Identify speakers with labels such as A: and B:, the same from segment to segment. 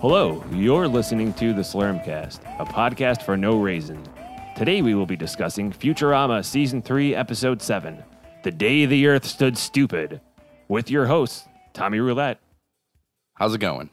A: Hello, you're listening to The Slurmcast, a podcast for no reason. Today we will be discussing Futurama Season 3, Episode 7 The Day the Earth Stood Stupid, with your host, Tommy Roulette.
B: How's it going?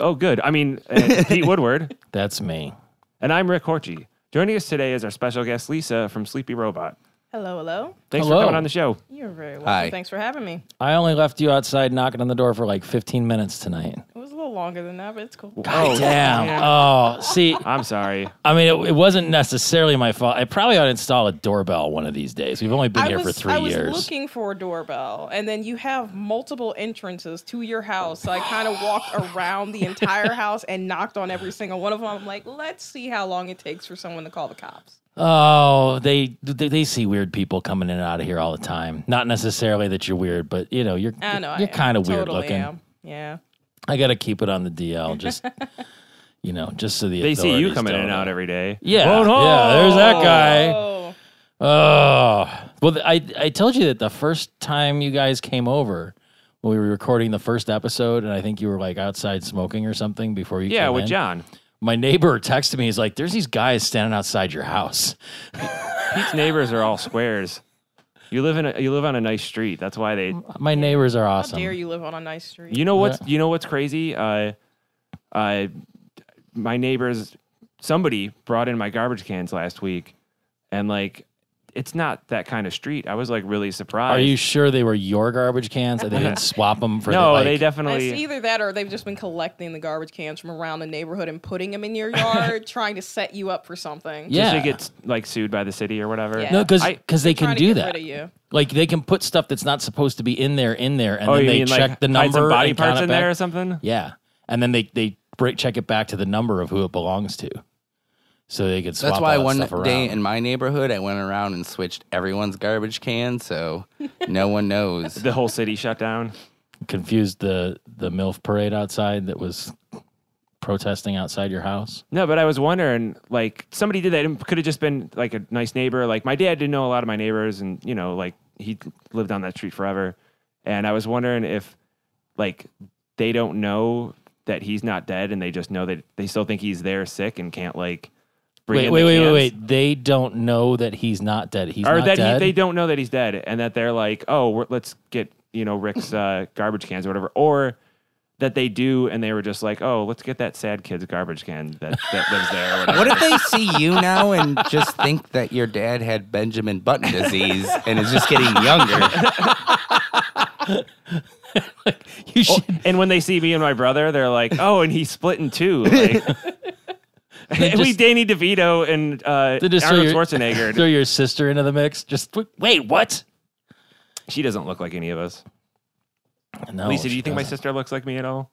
A: Oh, good. I mean, uh, Pete Woodward.
C: That's me.
A: And I'm Rick Horchy. Joining us today is our special guest, Lisa from Sleepy Robot.
D: Hello, hello.
A: Thanks
C: Hello.
A: for coming on the show.
D: You're very welcome.
B: Hi.
D: Thanks for having me.
C: I only left you outside knocking on the door for like 15 minutes tonight.
D: It was a little longer than that, but it's cool.
A: oh,
C: Damn. Oh, see,
A: I'm sorry.
C: I mean, it, it wasn't necessarily my fault. I probably ought to install a doorbell one of these days. We've only been
D: I
C: here
D: was,
C: for three
D: I was
C: years.
D: looking for a doorbell, and then you have multiple entrances to your house. So I kind of walked around the entire house and knocked on every single one of them. I'm like, let's see how long it takes for someone to call the cops.
C: oh, they, they they see weird people coming in and out of here all the time. Not necessarily that you're weird, but you know, you're
D: I know. I
C: you're
D: am.
C: kind of weird
D: Totally
C: looking.
D: am. Yeah.
C: I got to keep it on the DL just you know, just so the
A: They see you
C: authorities
A: coming in
C: don't
A: and
C: know.
A: out every day.
C: Yeah. Yeah, there's that guy.
D: Oh,
C: Oh well, th- I I told you that the first time you guys came over when we were recording the first episode, and I think you were like outside smoking or something before you.
A: Yeah,
C: came
A: with
C: in.
A: John.
C: My neighbor texted me. He's like, "There's these guys standing outside your house."
A: Pete's neighbors are all squares. You live in a, you live on a nice street. That's why they
C: My neighbors are
D: how
C: awesome.
D: dare you live on a nice street?
A: You know what's you know what's crazy? Uh, uh, my neighbors, somebody brought in my garbage cans last week, and like, it's not that kind of street. I was like really surprised.
C: Are you sure they were your garbage cans? That they didn't swap them for?
A: No,
C: the, like,
A: they
D: It's
A: definitely.
D: either that or they've just been collecting the garbage cans from around the neighborhood and putting them in your yard, trying to set you up for something.
C: Yeah.
A: They get like sued by the city or whatever.
D: Yeah.
C: No, because
A: I-
C: they can
D: Trying to
C: do
D: get
C: that.
D: Rid of you.
C: Like they can put stuff that's not supposed to be in there in there, and
A: Oh,
C: then
A: you
C: they
A: mean
C: check
A: like
C: the
A: hide
C: number
A: some body
C: and count
A: parts
C: it
A: in there
C: back.
A: or something?
C: Yeah, and then they they break, check it back to the number of who it belongs to, so they could swap.
B: That's why
C: all that
B: one
C: stuff around.
B: day in my neighborhood, I went around and switched everyone's garbage can, so no one knows.
A: The whole city shut down.
C: confused the the milf parade outside that was protesting outside your house.
A: No, but I was wondering, like, somebody did that. It could have just been like a nice neighbor. Like, my dad didn't know a lot of my neighbors, and you know, like, he lived on that street forever. And I was wondering if, like, they don't know that he's not dead, and they just know that they still think he's there, sick, and can't like. Bring
C: Wait,
A: in
C: wait,
A: the
C: wait, wait,
A: cans.
C: wait. They don't know that he's not dead. He's
A: Or
C: not
A: that
C: dead.
A: He, they don't know that he's dead, and that they're like, oh, we're, let's get you know Rick's uh, garbage cans or whatever, or that they do, and they were just like, oh, let's get that sad kid's garbage can that, that lives there. Or whatever.
B: What if they see you now and just think that your dad had Benjamin Button disease and is just getting younger?
C: you should,
A: And when they see me and my brother, they're like, "Oh, and he's split in two. Like,
C: They
A: we
C: just-
A: Danny DeVito and uh,
C: They just throw
A: Arnold
C: your-
A: Schwarzenegger.
C: throw your sister into the mix. Just wait, wait what?
A: she doesn't look like any of us.
C: No, uh,
A: Lisa, do
C: Oh, she
A: you think my
C: doesn't.
A: sister looks like me at all?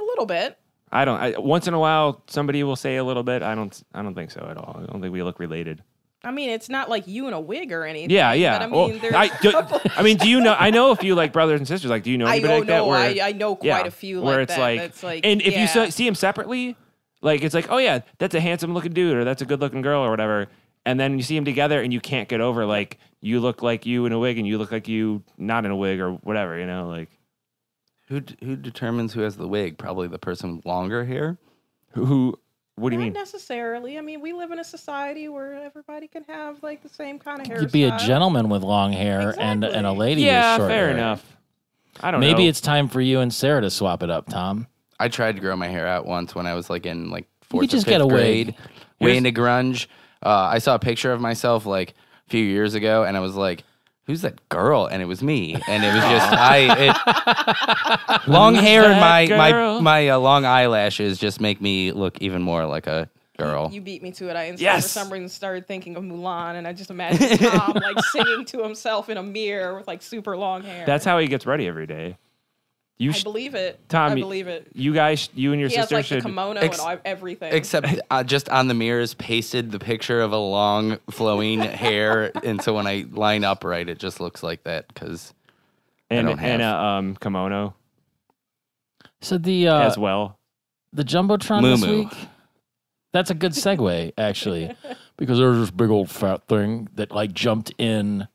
D: A little bit.
A: I don't. I, once in a while, somebody will say a little bit. I don't. I don't think so at all. I don't think we look related.
D: I mean, it's not like you in a wig or anything.
A: Yeah, yeah.
D: But I
A: Well,
D: mean, there's.
A: I,
D: I,
A: do, I mean, do you know? I know a few like brothers and sisters. Like, do you know
D: I
A: anybody
D: oh
A: like that?
D: no,
A: where-
D: I, I know quite a few like
A: where it's
D: that.
A: like,
D: that's like,
A: and if you
D: yeah.
A: so, see him separately, like it's like, oh yeah, that's a handsome looking dude or that's a good looking girl or whatever. And then you see him together and you can't get over like you look like you in a wig and you look like you not in a wig or whatever, you know, like
B: Who d- who determines who has the wig? Probably the person with longer hair.
A: who- who. What do you
D: not
A: mean?
D: necessarily. I mean, we live in a society where everybody can have like the same kind of hairstyle.
C: You'd be a gentleman with long hair and and a
D: Exactly.
C: lady
A: Yeah,
C: with short
A: fair
C: hair.
A: enough. I don't know.
C: Maybe it's time for you and Sarah to swap it up, Tom.
B: I tried to grow my hair out once when I was like in like
C: You
B: fourth
C: just
B: or fifth
C: get a wig.
B: grade, way
A: Here's-
B: into grunge. Uh, I saw a picture of myself like a few years ago, and I was like, "Who's that girl?" And it was me, and it was just I. It, long hair and my
A: that
B: my
A: girl?
B: my uh, long eyelashes just make me look even more like a girl.
D: You beat me to it. I instead for
A: Yes.
D: some reason started thinking of Mulan, and I just imagined Tom like singing to himself in a mirror with like super long hair.
A: that's how he gets ready every day. You,
D: I
A: sh-
D: believe it.
A: Tom,
D: I
A: you-
D: believe it.
A: you guys, you and your
D: He has
A: sister
D: like
A: should.
D: the kimono
B: Ex-
D: and all, everything.
B: Except uh, just on the mirrors, pasted the picture of a long flowing hair, and so when I line up right, it just looks like that because
A: and
B: don't
A: and a
B: have.
A: um, kimono
C: So the uh,
A: as well.
C: the jumbotron
B: Moo
C: this
B: moo.
C: week. That's a good segue, actually, because there was this big old fat thing that like jumped in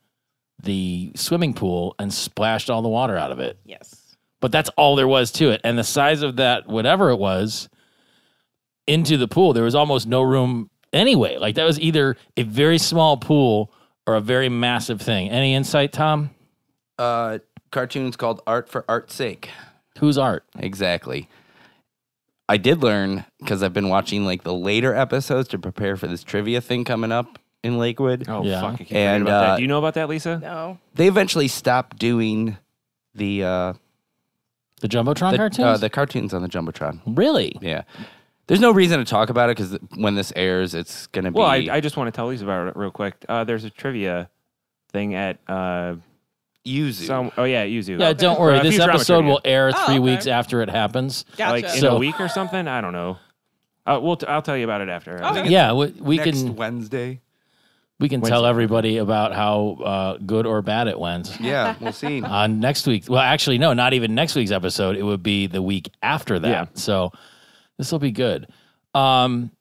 C: the swimming pool and splashed all the water out of it.
D: yes.
C: But that's all there was to it. And the size of that, whatever it was, into the pool, there was almost no room anyway. Like that was either a very small pool or a very massive thing. Any insight, Tom?
B: Uh, cartoons called Art for Art's Sake.
C: Who's art?
B: Exactly. I did learn because I've been watching like the later episodes to prepare for this trivia thing coming up in Lakewood.
A: Oh
C: Yeah.
A: fuck! I keep forgetting
B: And,
A: about
B: uh,
A: that. Do you know about that, Lisa?
D: No.
B: They eventually stopped doing the uh,
C: The Jumbotron
B: the,
C: cartoons?
B: uh, the cartoons on the jumbotron.
C: really?
B: Yeah, there's no reason to talk about it because when this airs, it's gonna be
A: Well, I, I just want to tell Lisa about it real quick. Uh, there's a trivia thing at uh,
B: Yuzu.
A: some. Oh yeah, Yuzu.
C: Yeah, don't worry.
A: Uh,
C: This
A: Futurama
C: episode
A: trivia.
C: will air
D: Oh,
C: three
D: okay.
C: weeks after it happens.
D: Gotcha.
A: like in
C: So-
A: a week or something. I don't know. Uh, we'll t- I'll tell you about it after.
D: Okay.
C: Yeah, we, we
B: Next
C: can
B: Wednesday.
C: we can tell everybody about how uh, good or bad it went
B: Yeah, we'll see.
C: on next week. Well, actually, no, not even next week's episode. It would be the week after that.
A: Yeah.
C: So this will be good. Um,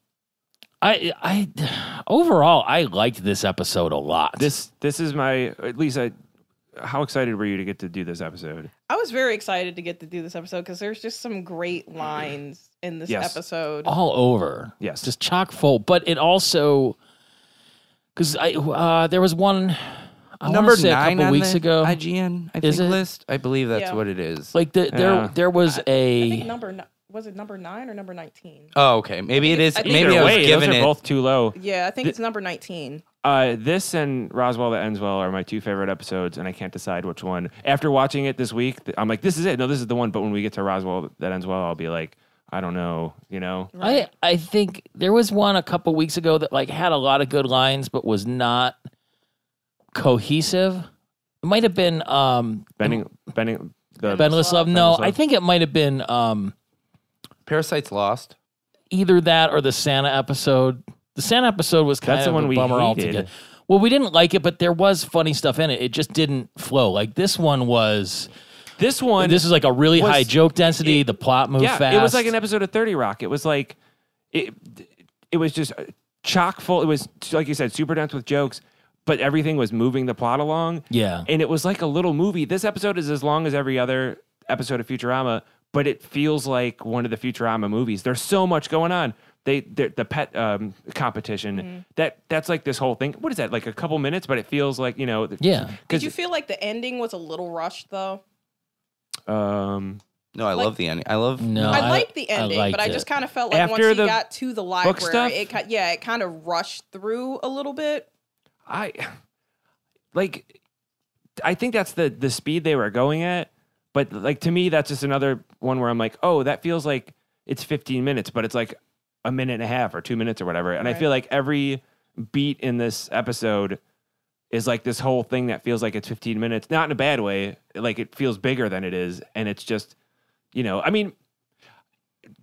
C: I I overall I liked this episode a lot.
A: This this is my uh, Lisa. How excited were you to get to do this episode?
D: I was very excited to get to do this episode because there's just some great lines in this
A: Yes.
D: episode.
C: all over.
A: Yes.
C: just chock full. But it also because I uh, there was one I want to say a couple
B: on
C: weeks
B: the
C: ago.
B: IGN I
C: Is
B: think
C: it?
B: list. I believe that's
D: Yeah.
B: what it is.
C: like the, there
A: Yeah.
C: there was
D: I
C: a
D: think number ni- was it number nine or number nineteen?
B: oh, okay. Maybe it is.
D: I think-
B: Maybe
A: Either
B: I was
A: way,
B: given
A: those are
B: it.
A: both too low.
D: Yeah, I think it's number nineteen.
A: Uh, this and Roswell that ends well are my two favorite episodes, and I can't decide which one. After watching it this week, th- I'm like, this is it. No, this is the one. But when we get to Roswell that ends well, I'll be like, I don't know. You know,
C: I I think there was one a couple weeks ago that like had a lot of good lines but was not cohesive. It might have been um
A: bending, bending the
C: Benless Love. No,
A: Benless Love.
C: I think it might have been um
B: Parasites lost.
C: either that or the Santa episode. The Santa episode was kind
A: That's
C: of
A: the one
C: a
A: we
C: bummer
A: hated.
C: altogether. Well, we didn't like it, but there was funny stuff in it. It just didn't flow. Like this one was.
A: this one.
C: This is like a really
A: was-
C: high joke density. the plot moved
A: yeah,
C: fast.
A: it was like an episode of Thirty Rock. It was like, it, it was just uh, chock full. It was like you said, super dense with jokes, but everything was moving the plot along.
C: Yeah.
A: and it was like a little movie. This episode is as long as every other episode of Futurama, but it feels like one of the Futurama movies. There's so much going on. They they're- the pet um, competition
D: Mm-hmm.
A: that that's like this whole thing. What is that? Like a couple minutes, but it feels like you know.
C: Yeah.
D: Did you
A: because
D: feel like the ending was a little rushed though?
A: um,
B: No, I
D: Like-
B: love the ending. I love
C: No,
D: I liked the ending, but I
C: liked
D: just
C: it.
D: kind of felt like
A: After
D: once he
A: the
D: got to the library,
A: stuff?
D: it ki- yeah, it kind of rushed through a little bit.
A: I like I think that's the the speed they were going at, but like to me that's just another one where I'm like, "Oh, that feels like it's 15 minutes, but it's like a minute and a half or 2 minutes or whatever." And I
D: Right.
A: feel like every beat in this episode is like this whole thing that feels like it's 15 minutes, not in a bad way, like it feels bigger than it is and it's just, you know, I mean,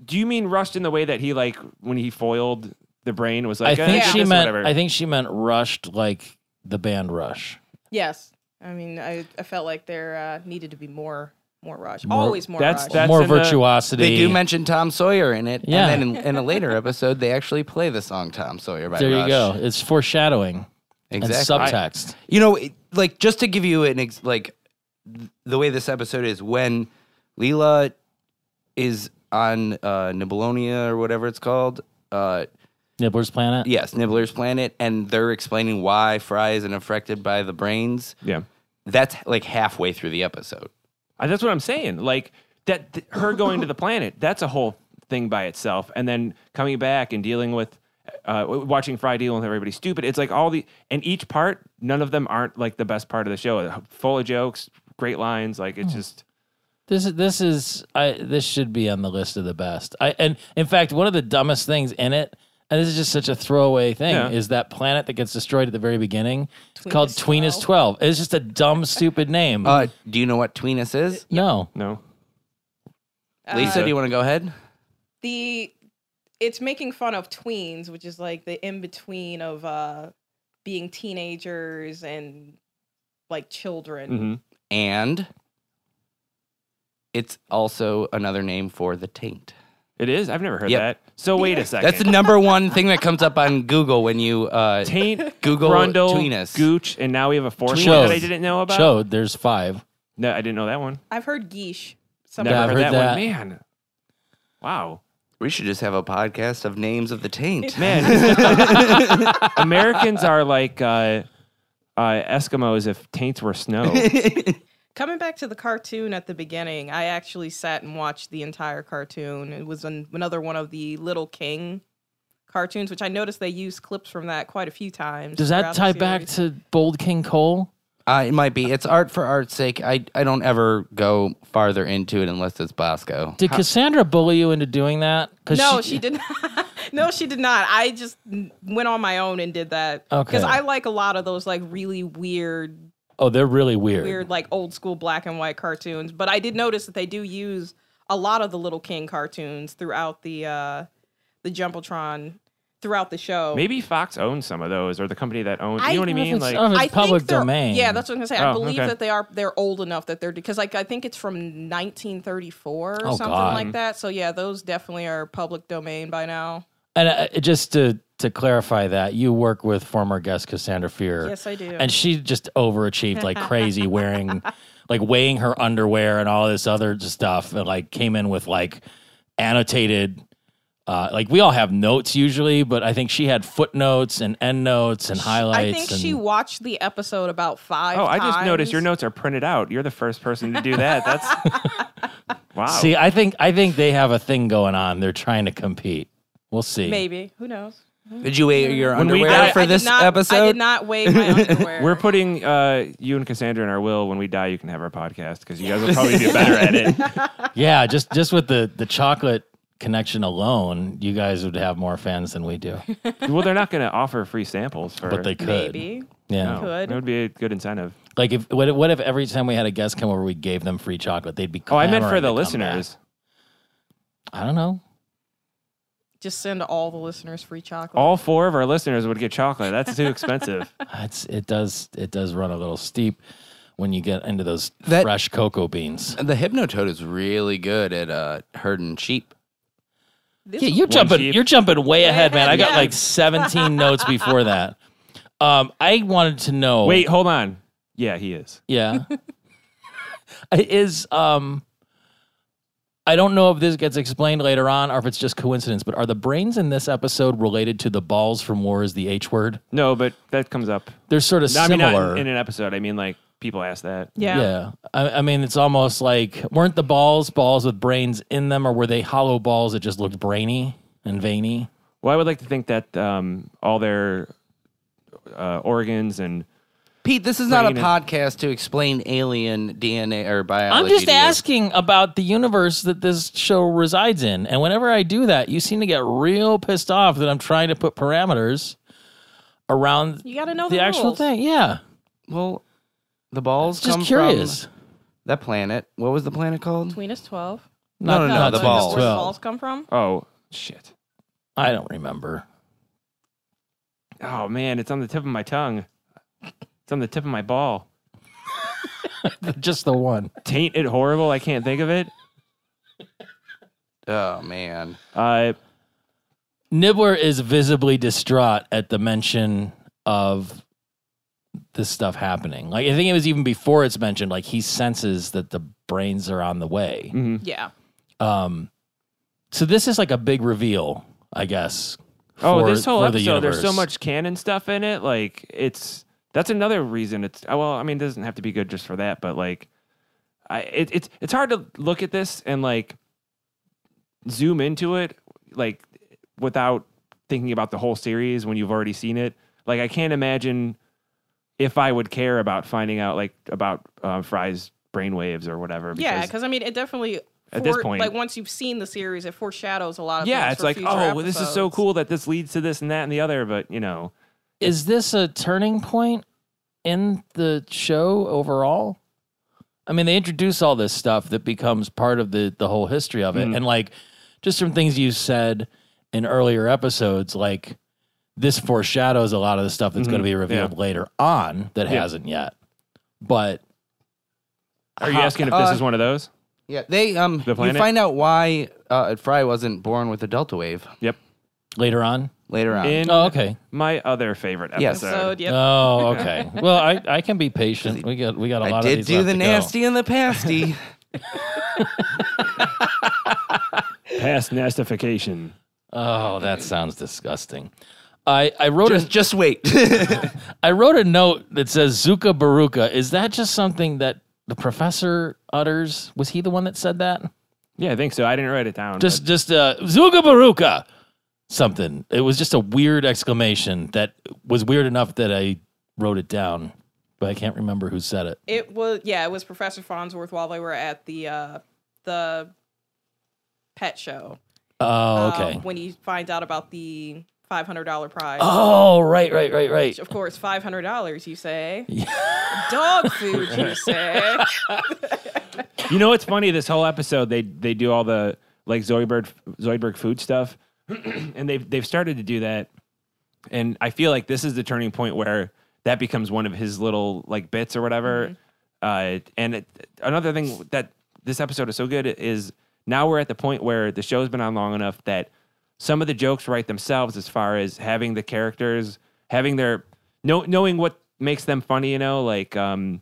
A: do you mean rushed in the way that he like when he foiled the brain was like
C: I think
A: eh,
C: she
A: this or
C: meant.
A: whatever.
C: I think she meant rushed, like the band Rush.
D: Yes, I mean, I, I felt like there uh, needed to be more more rush.
C: More-
D: Always more
A: that's-
D: rush.
A: that's-
C: More
A: in the-
C: virtuosity.
B: They do mention Tom Sawyer in it.
C: Yeah.
B: And then in, in a later episode, they actually play the song Tom Sawyer by
C: there you
B: Rush.
C: go. It's foreshadowing
B: Exactly.
C: and subtext.
B: you know, it- like just to give you an ex- like th- the way this episode is when Leela is on uh Nibelonia or whatever it's called. Uh
C: Nibbler's Planet.
B: yes, Nibbler's planet and they're explaining why Fry isn't affected by the brains.
A: yeah.
B: That's like halfway through the episode.
A: Uh, That's what I'm saying. Like that, th- her going to the planet. That's a whole thing by itself, and then coming back and dealing with, uh, w- watching Fry dealing with everybody stupid. It's like all the and each part, none of them aren't like the best part of the show. Full of jokes, great lines. Like it's just
C: This is this is I this should be on the list of the best. I and in fact one of the dumbest things in it, and this is just such a throwaway thing,
A: Yeah.
C: is that planet that gets destroyed at the very beginning. It's called
D: Tweenus
C: Tweenus Twelve. It's just a dumb, stupid name.
B: Uh do you know what Tweenus is?
C: no.
A: no.
B: Lisa,
D: Uh,
B: do you want to go ahead?
D: the it's making fun of tweens, which is like the in between of uh, being teenagers and like children.
C: Mm-hmm.
A: Mhm.
B: and it's also another name for the taint.
A: It is. I've never heard
B: Yep.
A: that. So wait a second.
B: That's the number one thing that comes up on Google when you uh,
A: Taint,
B: Google
A: Grundle,
B: Tweenus.
A: Gooch, and now we have a fourth one
C: Chode.
A: that I didn't know about.
C: Chode, there's five.
A: No, I didn't know that one.
D: I've heard geesh Somebody
A: Never
C: Yeah,
A: heard,
C: I've heard
A: that,
C: that.
A: one. Man. Wow.
B: We should just have a podcast of names of the taint.
A: Man. Americans are like uh, uh, Eskimos if taints were snow.
D: Coming back to the cartoon at the beginning, I actually sat and watched the entire cartoon. It was an, another one of the Little King cartoons, which I noticed they used clips from that quite a few times.
C: Does
D: throughout
C: that
D: the
C: tie back
D: series.
C: to Bold King Cole?
B: Uh, it might be. It's art for art's sake. I, I don't ever go farther into it unless it's Bosco.
C: Did Cassandra bully you into doing that? 'Cause
D: No, she, did not. no, she did not. I just n- went on my own and did that
C: Okay.
D: I like a lot of those like really weird,
C: Oh, they're really weird.
D: weird like old school black and white cartoons. But I did notice that they do use a lot of the Little King cartoons throughout the uh the Jumbotron throughout the show.
A: Maybe Fox owns some of those or the company that owns.
D: I
A: You know what I
C: I don't know if
A: mean?
C: it's-
A: Like,
C: I don't know if
D: I
C: it's public
D: think they're-
C: domain.
D: Yeah, that's what I'm gonna say. I
A: Oh,
D: believe
A: okay.
D: that they are they're old enough that they're because like I think it's from 1934 or
C: Oh,
D: something
C: God.
D: like that. So yeah, those definitely are public domain by now.
C: And uh, just to to clarify that, you work with former guest Cassandra Fear.
D: Yes, I do.
C: And she just overachieved like crazy, wearing like weighing her underwear and all this other stuff, and like came in with like annotated. Uh, like we all have notes usually, but I think she had footnotes and endnotes and highlights.
D: I think
C: and,
D: she watched the episode about five.
A: oh, I just noticed your
D: times.
A: notes are printed out. You're the first person to do that. That's wow.
C: See, I think I think they have a thing going on. They're trying to compete. We'll see.
D: Maybe who knows?
B: Did you wear your
A: When we
B: underwear
A: got-
B: for
D: I did
B: this
D: not- I did
B: episode?
D: not wave my underwear.
A: We're putting uh, you and Cassandra in our will. When we die, you can have our podcast because you guys will probably do better at it.
C: Yeah, just just with the the chocolate connection alone, you guys would have more fans than we do.
A: Well, they're not going to offer free samples for.
C: But they could.
D: maybe.
C: Yeah.
A: no,
D: could.
A: That would be a good incentive.
C: Like if what, if- what if every time we had a guest come over, we gave them free chocolate? They'd be.
A: Oh, I meant for
C: clamoring
A: the
C: to come back.
A: listeners.
C: I don't know.
D: Just send all the listeners free chocolate.
A: All four of our listeners would get chocolate. That's too expensive.
C: It's it does it does run a little steep when you get into those
B: That-
C: fresh cocoa beans.
B: The Hypnotoad is really good at uh, herding sheep.
D: This
C: Yeah, you're
A: One
C: jumping.
A: sheep.
C: You're jumping way ahead, man. I got
D: yeah.
C: like 17 notes before that. Um, I wanted to know.
A: Wait, hold on. Yeah, he is.
C: Yeah. It is um I don't know if this gets explained later on or if it's just coincidence, but are the brains in this episode related to the balls from War is the H word?
A: No, but that comes up.
C: They're sort of
A: No, I mean,
C: similar.
A: not in, in an episode. I mean, like people ask that.
D: yeah.
C: yeah. I, I mean, it's almost like weren't the balls balls with brains in them, or were they hollow balls that just looked brainy and veiny?
A: Well, I would like to think that um, all their uh, organs and
B: Pete, this is not a
A: Bringing it-
B: podcast to explain alien DNA or biology.
C: I'm just
B: to you.
C: asking about the universe that this show resides in. And whenever I do that, you seem to get real pissed off that I'm trying to put parameters around
D: You got to
A: Oh,
D: know the,
C: the actual
D: rules.
C: thing. Yeah,
B: Well, the balls
C: just
B: come
C: curious.
B: from that planet. What was the planet called?
D: Between us twelve.
B: No, no, no, the
D: it's
C: it's
D: like
B: balls.
D: Where the
C: 12.
D: balls come from?
A: oh shit.
C: I don't remember.
A: Oh man, it's on the tip of my tongue. It's on the tip of my ball.
C: just the one.
A: Taint it horrible. I can't think of it.
B: Oh man,
A: Uh,
C: Nibbler is visibly distraught at the mention of this stuff happening. Like I think it was even before it's mentioned. Like he senses that the brains are on the way.
A: mhm.
D: Yeah.
C: Um, so this is like a big reveal, I guess.
A: oh,
C: for-
A: this whole
C: for the
A: episode, there's so
C: universe.
A: much canon stuff in it. Like it's that's another reason it's oh, well, I mean, it doesn't have to be good just for that, but like, I it, it's it's hard to look at this and like zoom into it like without thinking about the whole series when you've already seen it. Like I can't imagine if I would care about finding out like about uh, Fry's brainwaves or whatever.
D: Yeah, because I mean, it definitely.
A: At this
D: fore-
A: point-
D: like once you've seen the series, it foreshadows a lot of.
A: yeah,
D: things
A: it's
D: for
A: like oh,
D: future
A: well, this is so
D: episodes.
A: cool that this leads to this and that and the other, but you know.
C: Is this a turning point in the show overall? I mean, they introduce all this stuff that becomes part of the the whole history of it,
A: Mhm.
C: and like just from things you said in earlier episodes, like this foreshadows a lot of the stuff that's
A: Mhm.
C: going to be revealed later on that
A: Yeah.
C: hasn't yet. But
A: Are you
B: How-
A: asking if this
B: uh,
A: is one of those?
B: yeah. They um,
A: The
B: you
A: planet?
B: find out why uh, Fry wasn't born with a delta wave
C: later on,
B: later on.
A: In
C: oh okay,
A: my other favorite episode.
B: Yes.
D: Episode, yep.
C: oh okay. well, I I can be patient. We got we got a lot
B: I
C: of
B: did
C: these
B: do
C: left
B: the
C: to go.
B: nasty and the pasty.
A: Past nastification.
C: Oh, that sounds disgusting. I, I wrote a
B: Just, just wait.
C: I wrote a note that says Zuka Baruka. Is that just something that the professor utters? Was he the one that said that?
A: Yeah, I think so. I didn't write it down.
C: Just just uh, Zuka Baruka. Something. It was just a weird exclamation that was weird enough that I wrote it down, but I can't remember who said it.
D: It was yeah, it was Professor Farnsworth while they were at the uh the pet show.
C: Oh,
D: um,
C: okay.
D: when he finds out about the five hundred dollar prize.
C: Oh, right, right, right, right.
D: Which, of course, five hundred dollars. You say dog food. You say
A: but- you know what's funny? This whole episode, they they do all the like Zoidberg Zoidberg food stuff, and they've they've started to do that, and I feel like this is the turning point where that becomes one of his little like bits or whatever. Uh, and it, another thing that this episode is so good is now we're at the point where the show's been on long enough that some of the jokes write themselves as far as having the characters having their know, knowing what makes them funny you know like um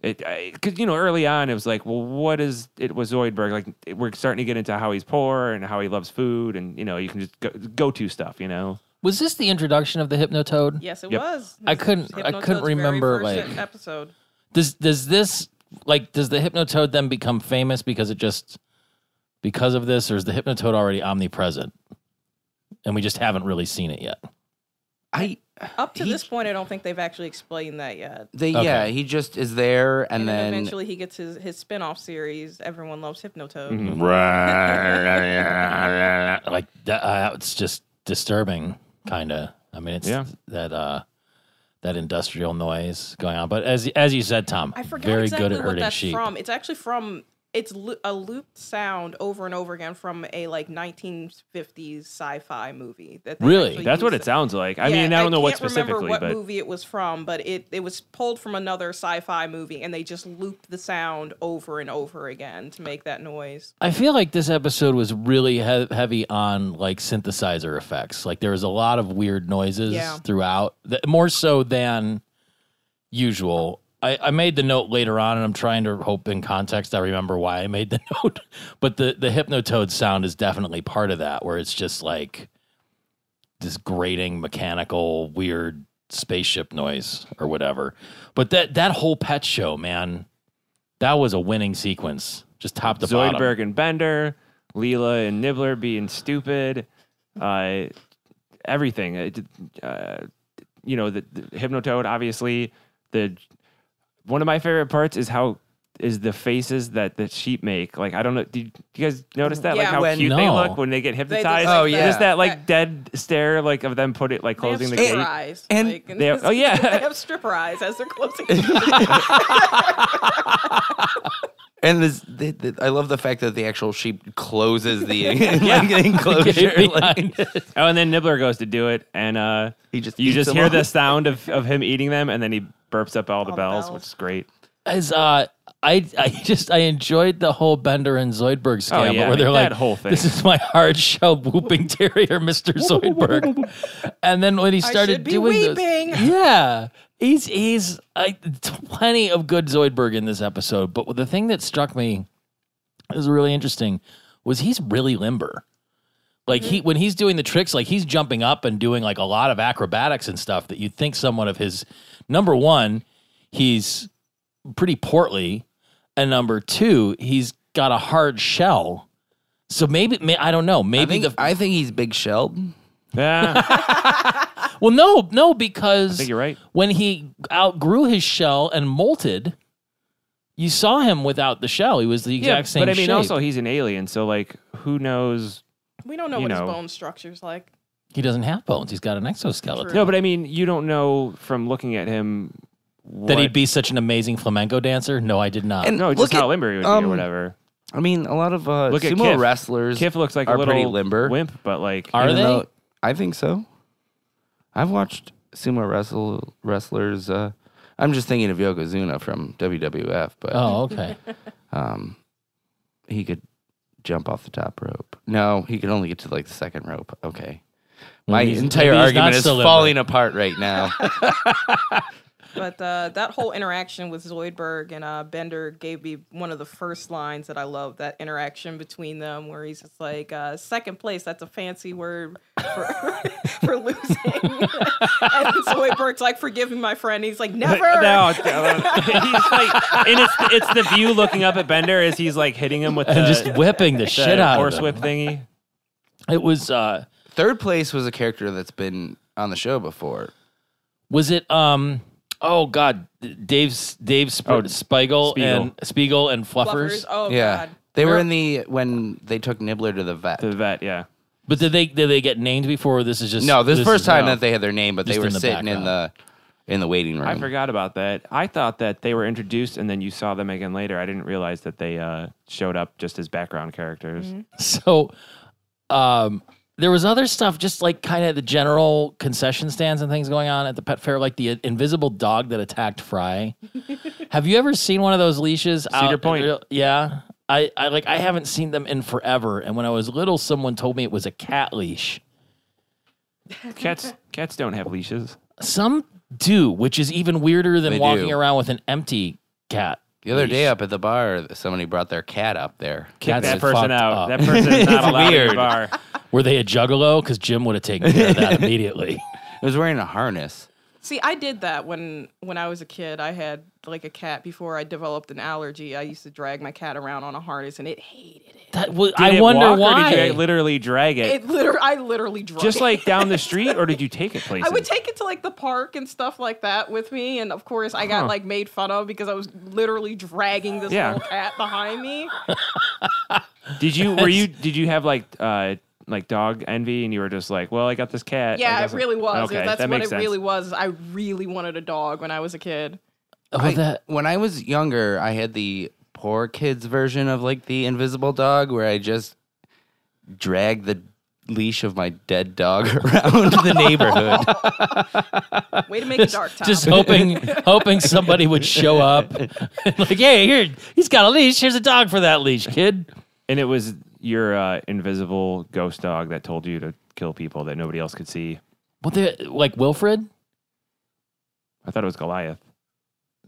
A: it because you know early on it was like well what is it was zoidberg like it- we're starting to get into how he's poor and how he loves food and you know you can just go, go to stuff you know
C: Was this the introduction of the Hypnotoad?
D: yes, it
A: Yep.
D: was.
C: I couldn't- I
D: Hypnotoad's
C: couldn't
D: very
C: remember,
D: first
C: like-
D: episode.
C: Does does this like does the Hypnotoad then become famous because it just because of this, or is the Hypnotoad already omnipresent? And we just haven't really seen it yet.
B: I
D: Up to
B: He-
D: this point, I don't think they've actually explained that yet.
B: they
C: Okay.
B: yeah, he just is there and,
D: And, then,
B: then
D: eventually he gets his his spin-off series. Everyone loves Hypnotoad.
C: Like that, uh, it's just disturbing, kind of. I mean, it's
A: Yeah.
C: that uh, that industrial noise going on. But as as you said, Tom,
D: I forgot
C: very
D: exactly
C: good at
D: what
C: herding
D: that's
C: sheep.
D: from. It's actually from it's lo- a looped sound over and over again from a like 1950s sci-fi movie. That they
C: Really?
D: actually
A: that's what
D: used
A: it sounds like i mean
D: Yeah,
A: i don't know what
D: can't remember
A: specifically
D: what
A: but
D: movie it was from, but it it was pulled from another sci-fi movie, and they just looped the sound over and over again to make that noise.
C: I feel like this episode was really he- heavy on like synthesizer effects. Like there was a lot of weird noises
D: Yeah.
C: throughout, th- more so than usual. I, I made the note later on, and I'm trying to hope in context I remember why I made the note. But the the hypnotoad sound is definitely part of that, where it's just like this grating mechanical weird spaceship noise or whatever. But that that whole pet show, man, that was a winning sequence, just top to bottom.
A: zoidberg and bender leela and nibbler being stupid uh everything It- uh, you know the, the hypnotoad obviously the one of my favorite parts is how is the faces that the sheep make like i don't know did you guys notice that like
D: Yeah.
A: how
B: When-
A: cute they
C: No.
A: look when they get
D: They just,
A: hypnotized
B: Oh,
D: that-
B: yeah.
A: just that like
D: that-
A: dead stare like of them put it like
D: they have
A: closing the
D: stripper
A: gate
D: eyes,
B: And
D: like,
A: they have- oh, yeah.
D: they have stripper eyes as they're closing. the gate.
B: and this the, the, I love the fact that the actual sheep closes the like, enclosure. Like,
C: Behind it.
A: oh and then nibbler goes to do it and uh
B: He just
A: you
B: eats
A: just
B: them
A: hear
B: all.
A: the sound of, of him eating them and then he burps up all the,
D: All the
A: bells,
D: bells.
A: which is great
C: As uh, I I just I enjoyed the whole Bender and Zoidberg scam
A: Oh, yeah,
C: where
A: I mean,
C: they're
A: that
C: like,
A: whole thing.
C: "This is my hard shell whooping terrier, Mister Zoidberg," and then when he started
D: should be
C: doing this,
D: weeping.
C: yeah, he's he's I, plenty of good Zoidberg in this episode. But the thing that struck me is really interesting was he's really limber. Like
D: Mm-hmm.
C: he when he's doing the tricks, like he's jumping up and doing like a lot of acrobatics and stuff that you'd think someone of his number one, he's pretty portly. And number two, he's got a hard shell. So maybe may, I don't know.
B: I
C: Maybe
B: think
C: the
B: I think he's big shelled.
A: yeah i
C: well, no, no, because
A: think you're right
C: when he outgrew his shell and molted, you saw him without the shell. He was the exact same.
A: but i mean
C: shape.
A: also he's an alien so like who knows
D: we don't know
A: You
D: what
A: know.
D: his bone structure's like.
C: he doesn't have bones. He's got an exoskeleton.
D: True.
A: no but i mean you don't know from looking at him
C: That
A: what-
C: he'd be such an amazing flamenco dancer? No, I did not.
B: And
A: no
B: look
A: just how
B: at-
A: limber he would be
B: um,
A: or whatever
B: I mean, a lot of uh,
A: Look at
B: sumo
A: Kif.
B: wrestlers
A: Kif looks like a
B: are pretty
A: little
B: limber.
A: wimp, but like
C: Are
B: even
C: they?
B: though- I think so. I've watched sumo wrestle wrestlers. Uh, I'm just thinking of Yokozuna from WWF, but
C: oh, okay.
B: um, he could jump off the top rope. No, he could only get to like the second rope. Okay. My
C: Maybe he's-
B: entire
C: maybe he's
B: argument
C: not
B: is
C: so limber.
B: falling apart right now.
D: But uh, that whole interaction with Zoidberg and uh, Bender gave me one of the first lines that I love. That interaction between them, where he's just like, uh, "Second place, that's a fancy word for, for losing." and Zoidberg's like, "Forgive me, my friend." He's like, "Never."
A: No, it's- he's like, and it's it's the view looking up at Bender as he's like hitting him with the,
C: and just whipping the,
A: the
C: shit out
A: horse
C: of them.
A: whip thingy.
C: It was uh
B: Third place was a character that's been on the show before.
C: was it um oh god D- Dave's Dave Sp-
A: Oh,
C: Spiegel,
A: Spiegel.
C: and Spiegel and Fluffers.
D: Fluffers. Oh
B: yeah,
D: God.
B: they were in the when they took Nibbler to the vet.
A: The vet, yeah.
C: But did they did they get named before? or This is just
B: no, this, is first
C: is-
B: time
C: no.
B: that they had their name, but they
C: Just
B: were
C: in the
B: sitting in the in the waiting room.
A: I forgot about that. I thought that they were introduced and then you saw them again later. I didn't realize that they uh, showed up just as background characters.
C: So, um, there was other stuff, just like kind of the general concession stands and things going on at the pet fair, like the invisible dog that attacked Fry. Have you ever seen one of those leashes?
A: Cedar
C: in
A: Point.
C: real- yeah, I, I like I haven't seen them in forever. And when I was little, someone told me it was a cat leash.
A: Cats cats don't have leashes.
C: Some do, which is even weirder than
B: They
C: walking
B: do.
C: around with an empty cat.
B: the other day up at the bar, somebody brought their cat up there.
A: Kick
C: That's
A: that person
C: fucked
A: out.
C: up.
A: That person is not allowed in
B: weird.
A: the bar.
C: Were they a juggalo? Because Jim would have taken care of that immediately.
B: It was wearing a harness.
D: See, I did that when when I was a kid. I had like a cat before I developed an allergy. I used to drag my cat around on a harness, and it hated it.
C: That was,
A: Did
C: I
A: it
C: wonder
A: walk,
C: why.
A: Or did you literally drag it,
D: It literally, I literally drug
A: just
D: it.
A: like down the street, or did you take it places?
D: I would take it to like the park and stuff like that with me, and of course I got
A: Huh.
D: like made fun of because I was literally dragging this
A: Yeah.
D: little cat behind me.
A: Did you were you did you have like uh like dog envy and you were just like, well, I got this cat. I
D: Yeah, it
A: guess I-
D: really was.
A: Okay,
D: That's
A: that
D: what
A: makes
D: it
A: sense.
D: really was. I really wanted a dog when I was a kid.
C: Oh,
B: I-
C: that
B: when I was younger, I had the poor kids version of like the invisible dog where I just dragged the leash of my dead dog around the neighborhood.
D: Way to make it dark, Tom.
C: Just hoping, hoping somebody would show up. like, hey, here, he's got a leash. Here's a dog for that leash, kid.
A: And it was your uh, invisible ghost dog that told you to kill people that nobody else could see.
C: What the like Wilfred?
A: I thought it was Goliath.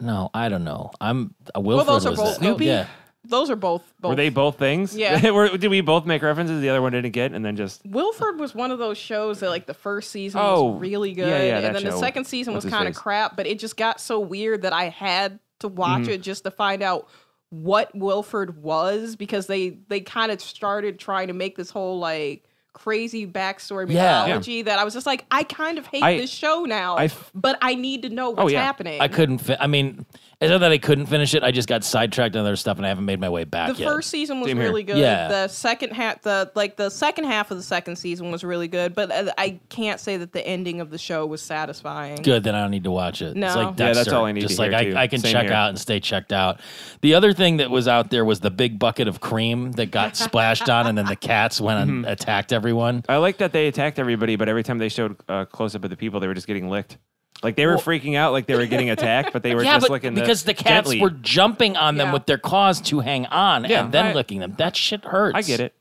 C: No, I don't know. I'm a Wilfred.
D: those are
C: was
D: both-
C: that-
B: Snoopy?
C: Yeah.
D: Those are both. both.
A: Were they both things?
D: Yeah.
A: Were- did we both make references? The other one didn't get, and then just
D: Wilford was one of those shows that like the first season
A: Oh,
D: was really
A: yeah,
D: good,
A: yeah, that
D: and then
A: show.
D: the second season
A: What's
D: was
A: his
D: kind of
A: face?
D: crap. But it just got so weird that I had to watch
A: Mm-hmm.
D: it just to find out what Wilford was because they they kind of started trying to make this whole like crazy backstory
C: Yeah.
D: mythology that I was just like I kind of hate
A: I-
D: this show now,
A: I f- Oh,
D: but I need to know what's
A: yeah.
D: happening.
C: I couldn't. Fi- I mean, it's not that I couldn't finish it. I just got sidetracked on other stuff, and I haven't made my way back
D: the
C: yet.
D: first season was
A: Same here.
D: really good.
C: Yeah.
D: The second half, the like the second half of the second season was really good, but uh, I can't say that the ending of the show was satisfying.
C: Good, then I don't need to watch it.
D: No.
C: It's like
A: Yeah, that's
C: Dexter.
A: all I need to
C: Just
A: hear,
C: like I,
A: too.
C: I can
A: Same
C: check
A: here.
C: out and stay checked out. The other thing that was out there was the big bucket of cream that got splashed on, and then the cats went
A: Mm-hmm.
C: and attacked everyone.
A: I like that they attacked everybody, but every time they showed a close up of the people, they were just getting licked. Like they were freaking out, like they were getting attacked, but they were
C: yeah,
A: just
C: but
A: looking
C: because the, cats
A: gently.
C: were jumping on them
D: Yeah.
C: with their claws to hang on
A: Yeah,
C: and then
A: I-
C: licking them. That shit hurts.
A: I get it.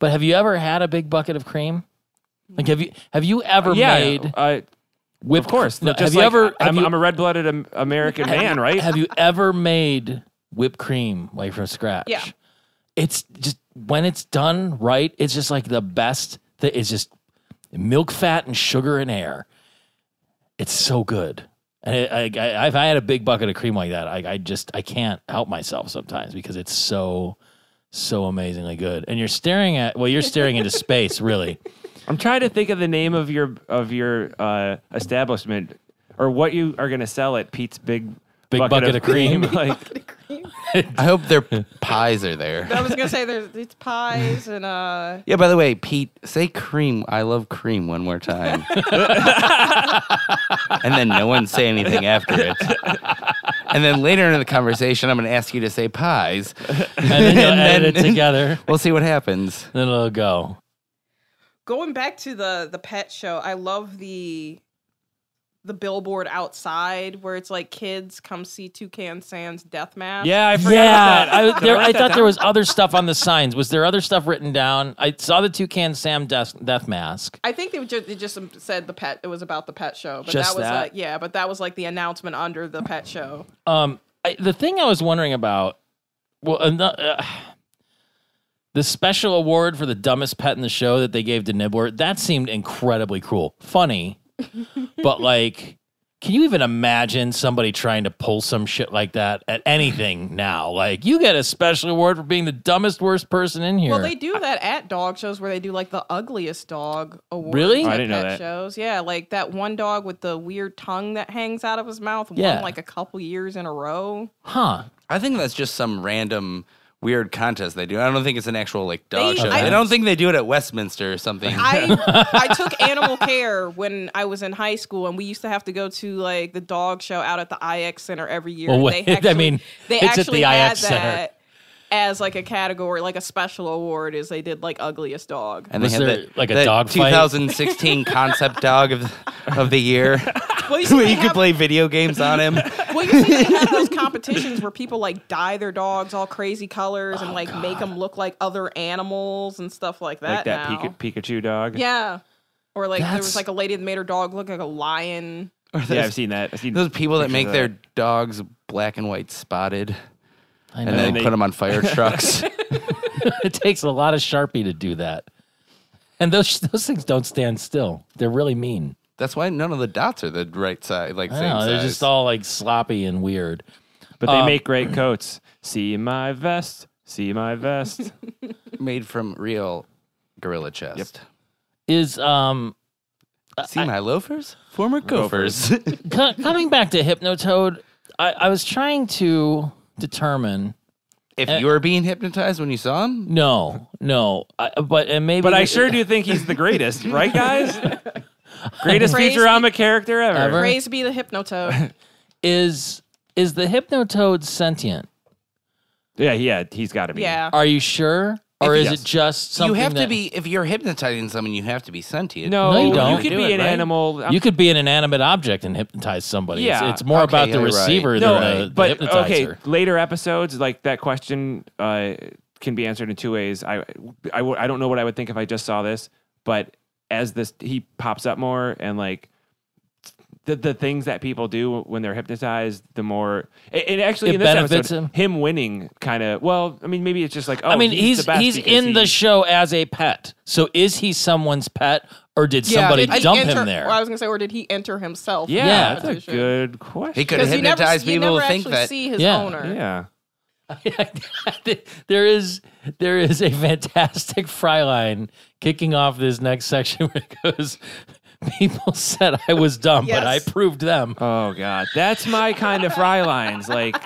C: But have you ever had a big bucket of cream? Like have you have you ever
A: yeah,
C: made
A: uh,
C: whipped?
A: of course.
C: No,
A: Just
C: have you
A: like,
C: ever? have
A: I'm,
C: you-
A: I'm a red blooded American man, right?
C: Have you ever made whipped cream like from scratch?
D: Yeah.
C: It's just when it's done right, it's just like the best that is just milk fat and sugar and air. It's so good. And I, I, I, if I had a big bucket of cream like that, I, I just I can't help myself sometimes because it's so so amazingly good. And you're staring at well, you're staring into space, really.
A: I'm trying to think of the name of your of your uh, establishment or what you are going to sell at Pete's Big
C: Big Bucket of Cream.
A: like
B: I hope their pies are there.
D: I was gonna say there's it's pies and uh
B: Yeah, by the way, Pete, say cream. I love cream one more time. and then no one say anything after it. And then later in the conversation, I'm going to ask you to say pies.
C: And then you'll edit it
B: then-
C: together.
B: We'll see what happens.
C: Then it'll go.
D: going back to the the pet show. I love the the billboard outside where it's like kids come see Toucan Sans death match.
C: Yeah, I forgot
A: Yeah.
C: about that. I,
A: Did I
C: there,
A: write
C: I
A: that
C: thought there
A: down?
C: was other stuff on the signs. Was there other stuff written down? I saw the toucan Sam death, death mask.
D: I think they just, they just said the pet. It was about the pet show, but
C: Just
D: that was
C: that?
D: like yeah, but that was like the announcement under the pet show.
C: Um, I, the thing I was wondering about, well, ano- uh, the special award for the dumbest pet in the show that they gave to Nibbler, that seemed incredibly cruel, funny, but like, can you even imagine somebody trying to pull some shit like that at anything now? Like, you get a special award for being the dumbest, worst person in here.
D: Well, they do that at dog shows where they do like the ugliest dog award.
C: Really?
A: Oh,
D: At
A: I didn't know
D: pet
A: that.
D: Shows, yeah, like that one dog with the weird tongue that hangs out of his mouth.
C: Yeah.
D: won like a couple years in a row.
C: huh?
B: I think that's just some random weird contest they do. I don't think it's an actual like dog
D: They-
B: show.
D: I-
B: I don't think they do it at Westminster or something.
D: I I took animal care when I was in high school, and we used to have to go to like the dog show out at the IX Center every year.
C: Well,
D: they
C: wait, I mean,
D: they
C: it's at
D: actually
C: the
D: had
C: IX Center.
D: that as like a category, like a special award, is they did like ugliest dog.
B: and
C: Was
B: they had
C: there,
B: that,
C: like, a
B: that
C: dog fight?
B: 2016 concept dog of of the year.
D: Well, you see,
B: Where
D: they
B: you could
D: have,
B: play video games on him.
D: well, you see, they have those competitions where people like dye their dogs all crazy colors
A: Oh,
D: and like make 'em make them look like other animals and stuff like
A: like
D: that.
A: that
D: now.
A: Pika- Pikachu dog.
D: yeah. Or like there was
C: That's-
D: like a lady that made her dog look like a lion.
A: yeah, I've seen that. I've seen
B: Those people that
A: pictures
B: make
A: of
B: their dogs black and white spotted
C: I
B: and then
A: they-
B: put them on fire trucks.
C: it takes a lot of sharpie to do that, and those those things don't stand still. They're really mean.
B: That's why none of the dots are the right side, like
C: I
B: same
C: don't know, Oh, they're
B: size.
C: just all like sloppy and weird.
A: But
B: uh,
A: they
C: Um,
A: make great coats. See my vest. See my vest.
B: made from real gorilla chest.
C: Is um
B: See my loafers, former gophers.
C: co- coming back to Hypnotoad, I, I was trying to determine.
B: if
A: Eh.
B: you were being hypnotized when you saw him,
C: No, no, I, but and maybe
A: But I
C: we-
A: sure do think he's the greatest, right, guys? greatest
D: Praise
A: Futurama character ever.
C: Ever?
D: Praise be the hypnotoad.
C: is is the Hypnotoad sentient.
A: Yeah, yeah, he's got to be.
D: Yeah.
C: Are you sure, or is it just
B: you
C: something
B: have to
C: that-
B: be. If you're hypnotizing someone, you have to be sentient.
A: No,
C: No, you don't.
A: could
B: Do
A: be
B: it,
A: an
B: right?
A: animal. I'm-
C: You could be an inanimate object and hypnotize somebody. It's-
A: Yeah,
C: it's, more
B: okay,
C: about the
B: you're right.
C: receiver
A: no,
C: than uh, the, the
A: but
C: hypnotizer.
A: okay. Later episodes, like that question, uh, can be answered in two ways. I, I, w- I don't know what I would think if I just saw this, but as this, he pops up more and like. The, the things that people do when they're hypnotized, the more it, it actually
C: It
A: in this
C: benefits
A: episode,
C: him.
A: winning kind of. Well, I mean, maybe it's just like oh,
C: I mean, he's
A: the best
C: he's,
A: because
C: in the
A: he-
C: show as a pet. So is he someone's pet, or did somebody
D: Did he
C: dump
D: enter-
C: him there?
D: Well, I was gonna say, or did he enter himself?
A: Yeah,
C: Yeah.
A: that's a good question.
B: he could
D: Because you never,
B: hypnotize
D: you
B: people
D: never
B: to think
D: actually
B: that.
D: see his
C: Yeah.
D: owner.
A: Yeah.
C: there is there is a fantastic fry line kicking off this next section where it goes. People said I was dumb, but I
D: Yes.
C: proved them.
A: Oh god, that's my kind of fry lines. Like,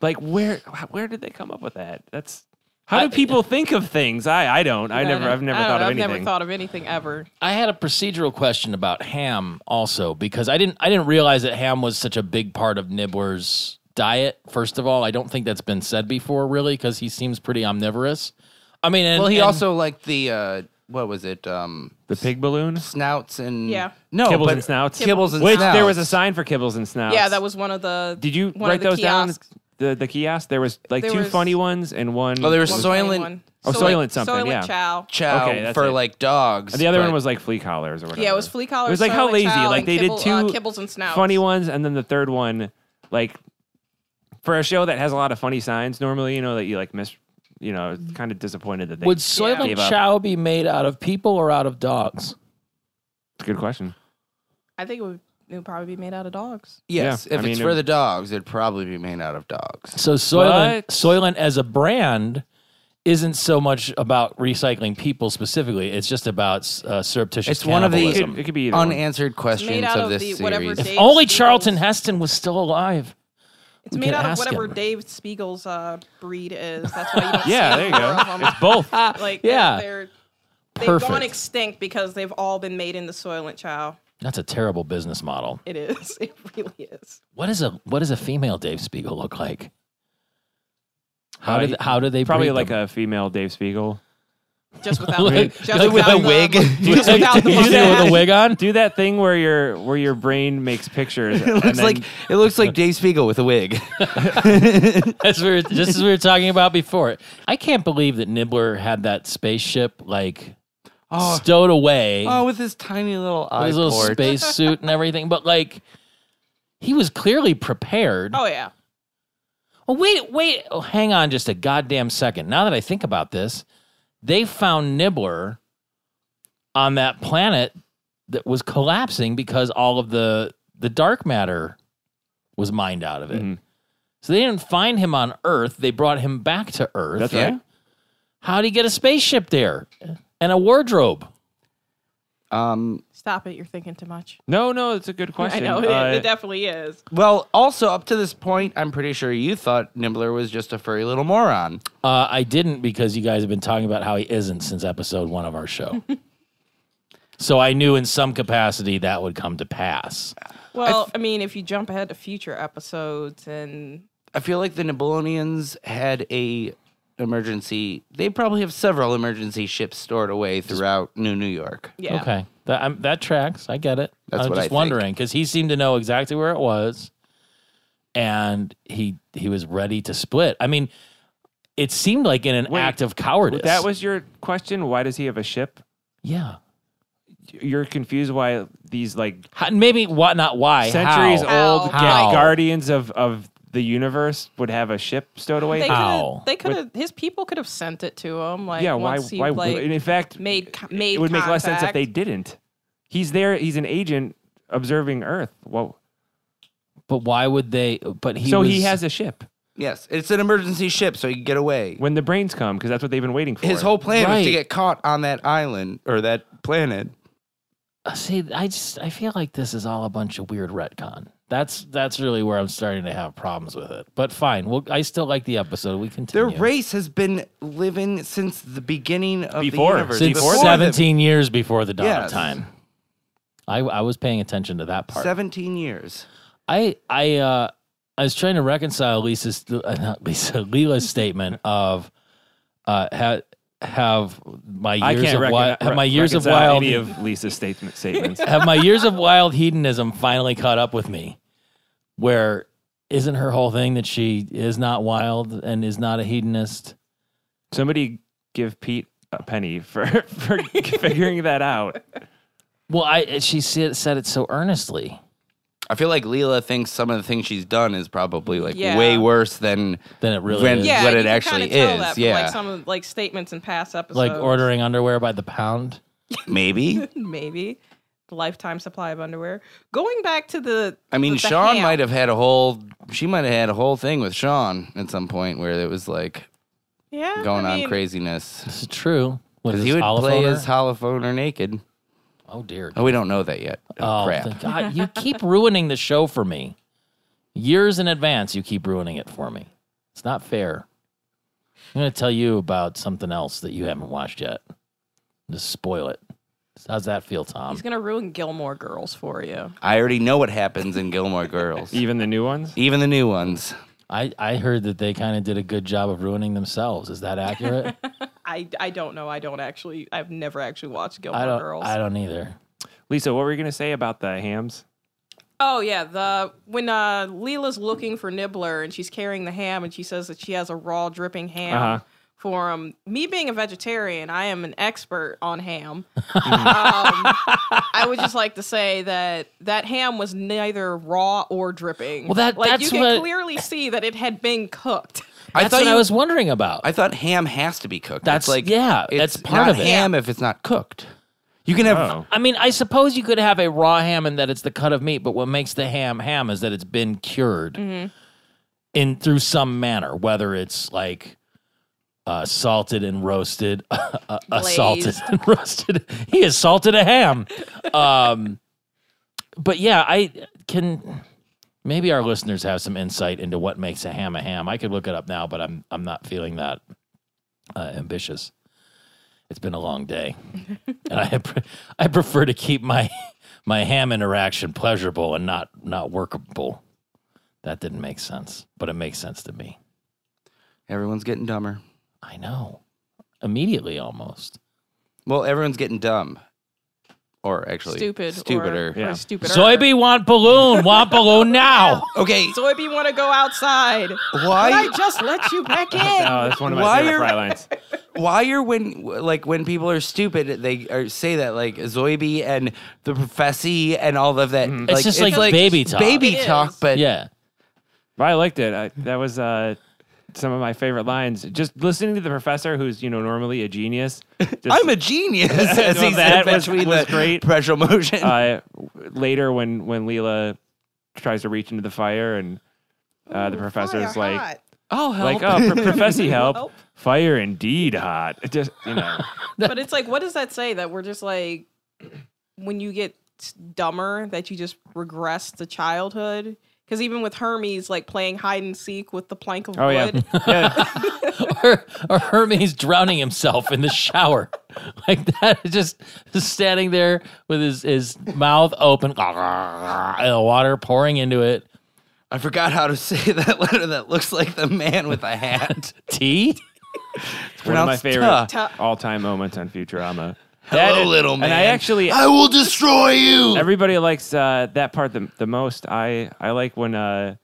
A: like where where did they come up with that? That's how do people think of things? I I don't. I never.
D: don't-
A: I've never
D: I
A: thought
D: don't know, Oh,
A: of
D: I've
A: anything.
D: never thought of anything ever.
C: I had a procedural question about ham also because I didn't I didn't realize that ham was such a big part of Nibbler's diet. First of all, I don't think that's been said before really because he seems pretty omnivorous. I mean, and,
B: well, he
C: and-
B: also liked the uh, what was it? Um,
A: the pig balloon,
B: snouts and
D: Yeah.
B: no,
A: kibbles
B: but
A: and snouts,
B: Kibbles and
A: Which there was a
B: Snouts.
A: sign for kibbles and snouts.
D: Yeah, that was one of the.
A: Did you
D: one
A: write
D: of the
A: those down?
D: kiosks.
A: The the kiosk. There was like
D: There
A: two
D: was-
A: funny ones and one.
B: Oh, there was
A: what
B: Soylent
D: 21.
A: Oh, Soylent something,
D: Soylent
A: yeah.
D: Chow.
B: Chow
A: Okay, that's
B: for
A: it.
B: like dogs.
A: The other one
B: but-
A: was like flea collars or whatever.
D: Yeah, it was flea collars.
A: It was like how
D: Soylent
A: lazy.
D: Chow,
A: Like
D: and
A: they
D: kibble-
A: did two
D: uh, kibbles and snouts.
A: funny ones, and then the third one, like for a show that has a lot of funny signs normally, you know that you like miss. You know, I was kind of disappointed that they.
C: would Soylent
A: Gave up.
C: Chow be made out of people or out of dogs?
A: It's a good question.
D: I think it would, it would probably be made out of dogs.
B: yes.
A: yeah, I
B: if it's
A: mean,
B: for
A: it-
B: the dogs, it'd probably be made out of dogs.
C: So Soylent
A: But-
C: Soylent as a brand isn't so much about recycling people specifically. It's just about uh, surreptitious
B: It's one of the-
A: It
C: cannibalism.
A: could, it could be either one.
B: Unanswered
D: It's made
B: questions
D: out
B: of
D: of
B: this
D: the whatever.
B: series.
D: Dave
C: Only
D: Spiegel's-
C: Charlton Heston was still alive.
D: It's
C: we
D: made
C: could
D: out of
C: ask
D: whatever
C: him.
D: Dave Spiegel's uh, breed is. That's why you don't
A: Yeah,
D: see
A: there you
D: more
A: go.
D: of 'em.
A: It's both.
D: Like
C: Yeah.
D: they're, they're they've
C: Perfect.
D: gone extinct because they've all been made in the Soylent Chow.
C: That's a terrible business model.
D: It is. It really is.
C: What is a what does a female Dave Spiegel look like? How
A: Uh,
C: do
A: he-
C: how do they
A: Probably like a female Dave Spiegel.
D: just without
C: Like-
D: just
C: like with
D: without
B: a
D: the-
B: wig?
D: just without the
C: you do that with a
D: mustache.
C: wig on?
A: Do that thing where your where your brain makes pictures.
B: It looks like it looks like Dave Spiegel with a wig.
C: That's what we were- just as we were talking about before. I can't believe that Nibbler had that spaceship like
B: Oh,
C: stowed away
B: oh with his tiny little eye
C: with his little
B: port.
C: space suit and everything. But like, he was clearly prepared.
D: Oh yeah.
C: Oh, wait, wait. Oh, hang on just a goddamn second. Now that I think about this, they found Nibbler on that planet that was collapsing because all of the the dark matter was mined out of it.
A: Mhm.
C: So they didn't find him on Earth. They brought him back to Earth.
A: That's
B: Yeah.
A: right.
C: How'd he get a spaceship there? And a wardrobe.
B: Um,
D: Stop it. You're thinking too much.
A: No, no, it's a good
D: I
A: question.
D: know it,
A: Uh,
D: it definitely is.
B: well, also up to this point, I'm pretty sure you thought Nimbler was just a furry little moron.
C: Uh, I didn't because you guys have been talking about how he isn't since episode one of our show. so I knew in some capacity that would come to pass.
D: Well, I mean, if you jump ahead to future episodes and
B: I feel like the Nibelonians had a emergency. They probably have several emergency ships stored away throughout New New York.
D: yeah.
C: Okay, that I'm, that tracks. I get it.
B: That's
C: I'm
B: what I
C: just
B: think.
C: wondering because he seemed to know exactly where it was, and he he was ready to split. I mean, it seemed like in an
A: Wait,
C: act of cowardice.
A: that was your question. Why does he have a ship?
C: yeah.
A: You're confused why these like
C: How, maybe what not why
A: centuries
C: how?
D: How?
A: old
C: How?
A: guardians of of the universe would have a ship stowed away.
D: They could
C: How?
D: have. They could have. His people could have sent it to him. Like
A: yeah, why?
D: once he
A: Why?
D: like
A: and in fact,
D: made co- made.
A: it would make less sense if
D: contact.
A: they didn't. He's there. He's an agent observing Earth. Well,
C: But why would they? But he
A: so he
C: was-
A: has a ship
B: Yes, it's an emergency ship, so he can get away.
A: when the brains come because that's what they've been waiting for.
B: His whole plan was
C: Right.
B: to get caught on that island or that planet.
C: Uh, See, I just I feel like this is all a bunch of weird retcon. That's that's really where I'm starting to have problems with it. But fine, well, I still like the episode. We
B: Their
C: continue.
B: race has been living since the beginning of
A: Before.
B: the universe.
C: since
B: Before them.
C: 17 years before the dawn
B: Yes.
C: of time. I I was paying attention to that part.
B: 17 years.
C: I I uh I was trying to reconcile Lisa's uh, not Lisa Leela's statement of uh ha- have my
A: I
C: years
A: can't
C: of
A: recon-
C: wild have my
A: re-
C: years of
A: reconcile
C: wild
A: any of Lisa's statement statements.
C: have my years of wild hedonism finally caught up with me where isn't her whole thing that she is not wild and is not a hedonist
A: Somebody give Pete a penny for for figuring that out.
C: well i she said, said it so earnestly
B: I feel like Leela thinks some of the things she's done is probably like
D: Yeah.
B: way worse than
C: then it really
B: When-
C: is.
D: yeah,
B: what
D: you
B: it
D: can
B: actually
D: kinda tell
B: is,
D: That from,
B: yeah.
D: like some of, like statements in past episodes,
C: like ordering underwear by the pound
B: maybe.
D: maybe the lifetime supply of underwear. Going back to the,
B: I mean,
D: the- the
B: Sean
D: ham.
B: might have had a whole. She might have had a whole thing with Sean at some point where it was like
D: yeah,
B: going
D: Uh, I
B: on
D: mean,
B: craziness
C: this is true What is
B: because he would
C: this,
B: play
C: Oliphoner?
B: his holophoner naked.
C: oh dear
B: Oh, we don't know that yet. Oh, crap.
C: thank God, you keep ruining the show for me. Years in advance, you keep ruining it for me. It's not fair. I'm going to tell you about something else that you haven't watched yet. Just spoil it. How's that feel, Tom?
D: He's gonna ruin Gilmore Girls for you.
B: I already know what happens in Gilmore Girls,
A: Even the new ones.
B: even the new ones.
C: I, I heard that they kind of did a good job of ruining themselves. Is that accurate?
D: I, I don't know. I don't actually. I've never actually watched Gilmore
C: I don't.
D: Girls.
C: I don't either.
A: Lisa, what were you gonna say about the hams?
D: Oh yeah, the when uh, Leela's looking for Nibbler and she's carrying the ham and she says that she has a raw dripping ham
A: Uh-huh.
D: for him. Me being a vegetarian, I am an expert on ham. um, I would just like to say that that ham was neither raw or dripping.
C: Well, that-
D: like
C: that's
D: you can
C: what-
D: clearly see that it had been cooked.
B: I
C: That's
B: thought
C: what I
B: you-
C: was wondering about.
B: I thought ham has to be cooked.
C: That's-
B: it's like
C: yeah,
B: it's
C: that's part
B: not
C: of it.
B: Ham if it's not cooked. You can have
A: Oh,
C: I mean, I suppose you could have a raw ham and that it's the cut of meat, but what makes the ham ham is that it's been cured in through some manner, whether it's like uh, salted and roasted, uh, assaulted
D: Glazed.
C: and roasted. He assaulted a ham. Um, but yeah, I can. Maybe our listeners have some insight into what makes a ham a ham. I could look it up now, but I'm I'm not feeling that uh, ambitious. It's been a long day, and I pre- I prefer to keep my my ham interaction pleasurable and not not workable. That didn't make sense, but it makes sense to me.
B: everyone's getting dumber.
C: I know. immediately almost.
B: Well, everyone's getting dumb, or actually
D: Stupid.
B: stupider.
D: Or,
A: Yeah.
D: or stupider.
C: Soybean want balloon, want balloon now.
B: Okay,
D: Soybean want to go outside.
B: why
D: I just let you back in.
A: Oh, that's one of my
B: Why
A: favorite
B: are-
A: fry lines.
B: why are when like when people are stupid they are, say that like Zoibe and the professy and all of that.
C: It's just like baby talk.
B: Baby
D: Mm-hmm. It
B: talk,
D: is.
B: but
C: Yeah.
A: But I liked it. I, that was uh, some of my favorite lines. Just listening to the professor, who's you know normally a genius. Just,
B: I'm a genius. as
A: Well,
B: he
A: that
B: said
A: was-
B: between
A: was
B: the
A: great.
B: pressure motion.
A: uh, later when when Leela tries to reach into the fire and uh, the professor's
D: Fire
A: like
D: hot.
B: oh, help.
A: like oh pr- professor help.
D: Help.
A: fire indeed hot. It just you know
D: but it's like, what does that say? That we're just like, when you get dumber, that you just regress to childhood. Because even with Hermes, like playing hide and seek with the plank of
A: oh yeah
D: wood,
A: yeah
C: or, or Hermes drowning himself in the shower. Like that, just, just standing there with his, his mouth open, and the water pouring into it.
B: I forgot how to say that letter that looks like the man with a hat.
C: Tea?
A: one of my
B: Pronounced
A: favorite
B: tuh.
A: all time moments on Futurama.
B: Hello,
A: That-
B: little man. Ah,
A: And I actually
B: I will destroy you.
A: everybody likes uh, that part the, the most. I I like when uh,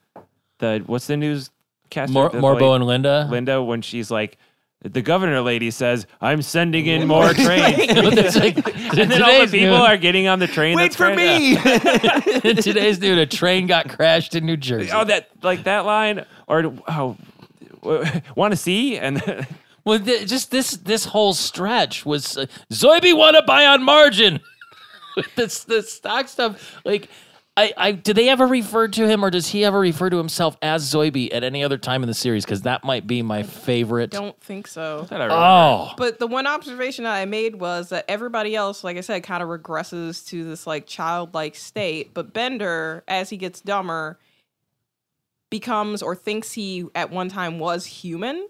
A: the what's the news cast
C: Mor- Morbo and Linda.
A: Linda when she's like the governor lady says I'm sending in more trains.
C: It's like,
A: And then all the people are getting on the train.
B: Wait
A: that's
B: for
A: cra- yeah.
B: me.
C: in today's dude, a train got crashed in New Jersey.
A: Oh, that like that line or oh, want to see and then-
C: Well, th- just this this whole stretch was uh, Zoibe want to buy on margin. With this this stock stuff, like I, I do they ever refer to him or does he ever refer to himself as Zoibe at any other time in the series? Because that might be my favorite.
D: don't think so.
A: that I remember.
C: oh,
D: But the one observation that I made was that everybody else, like I said, kind of regresses to this like childlike state. But Bender, as he gets dumber, becomes or thinks he at one time was human.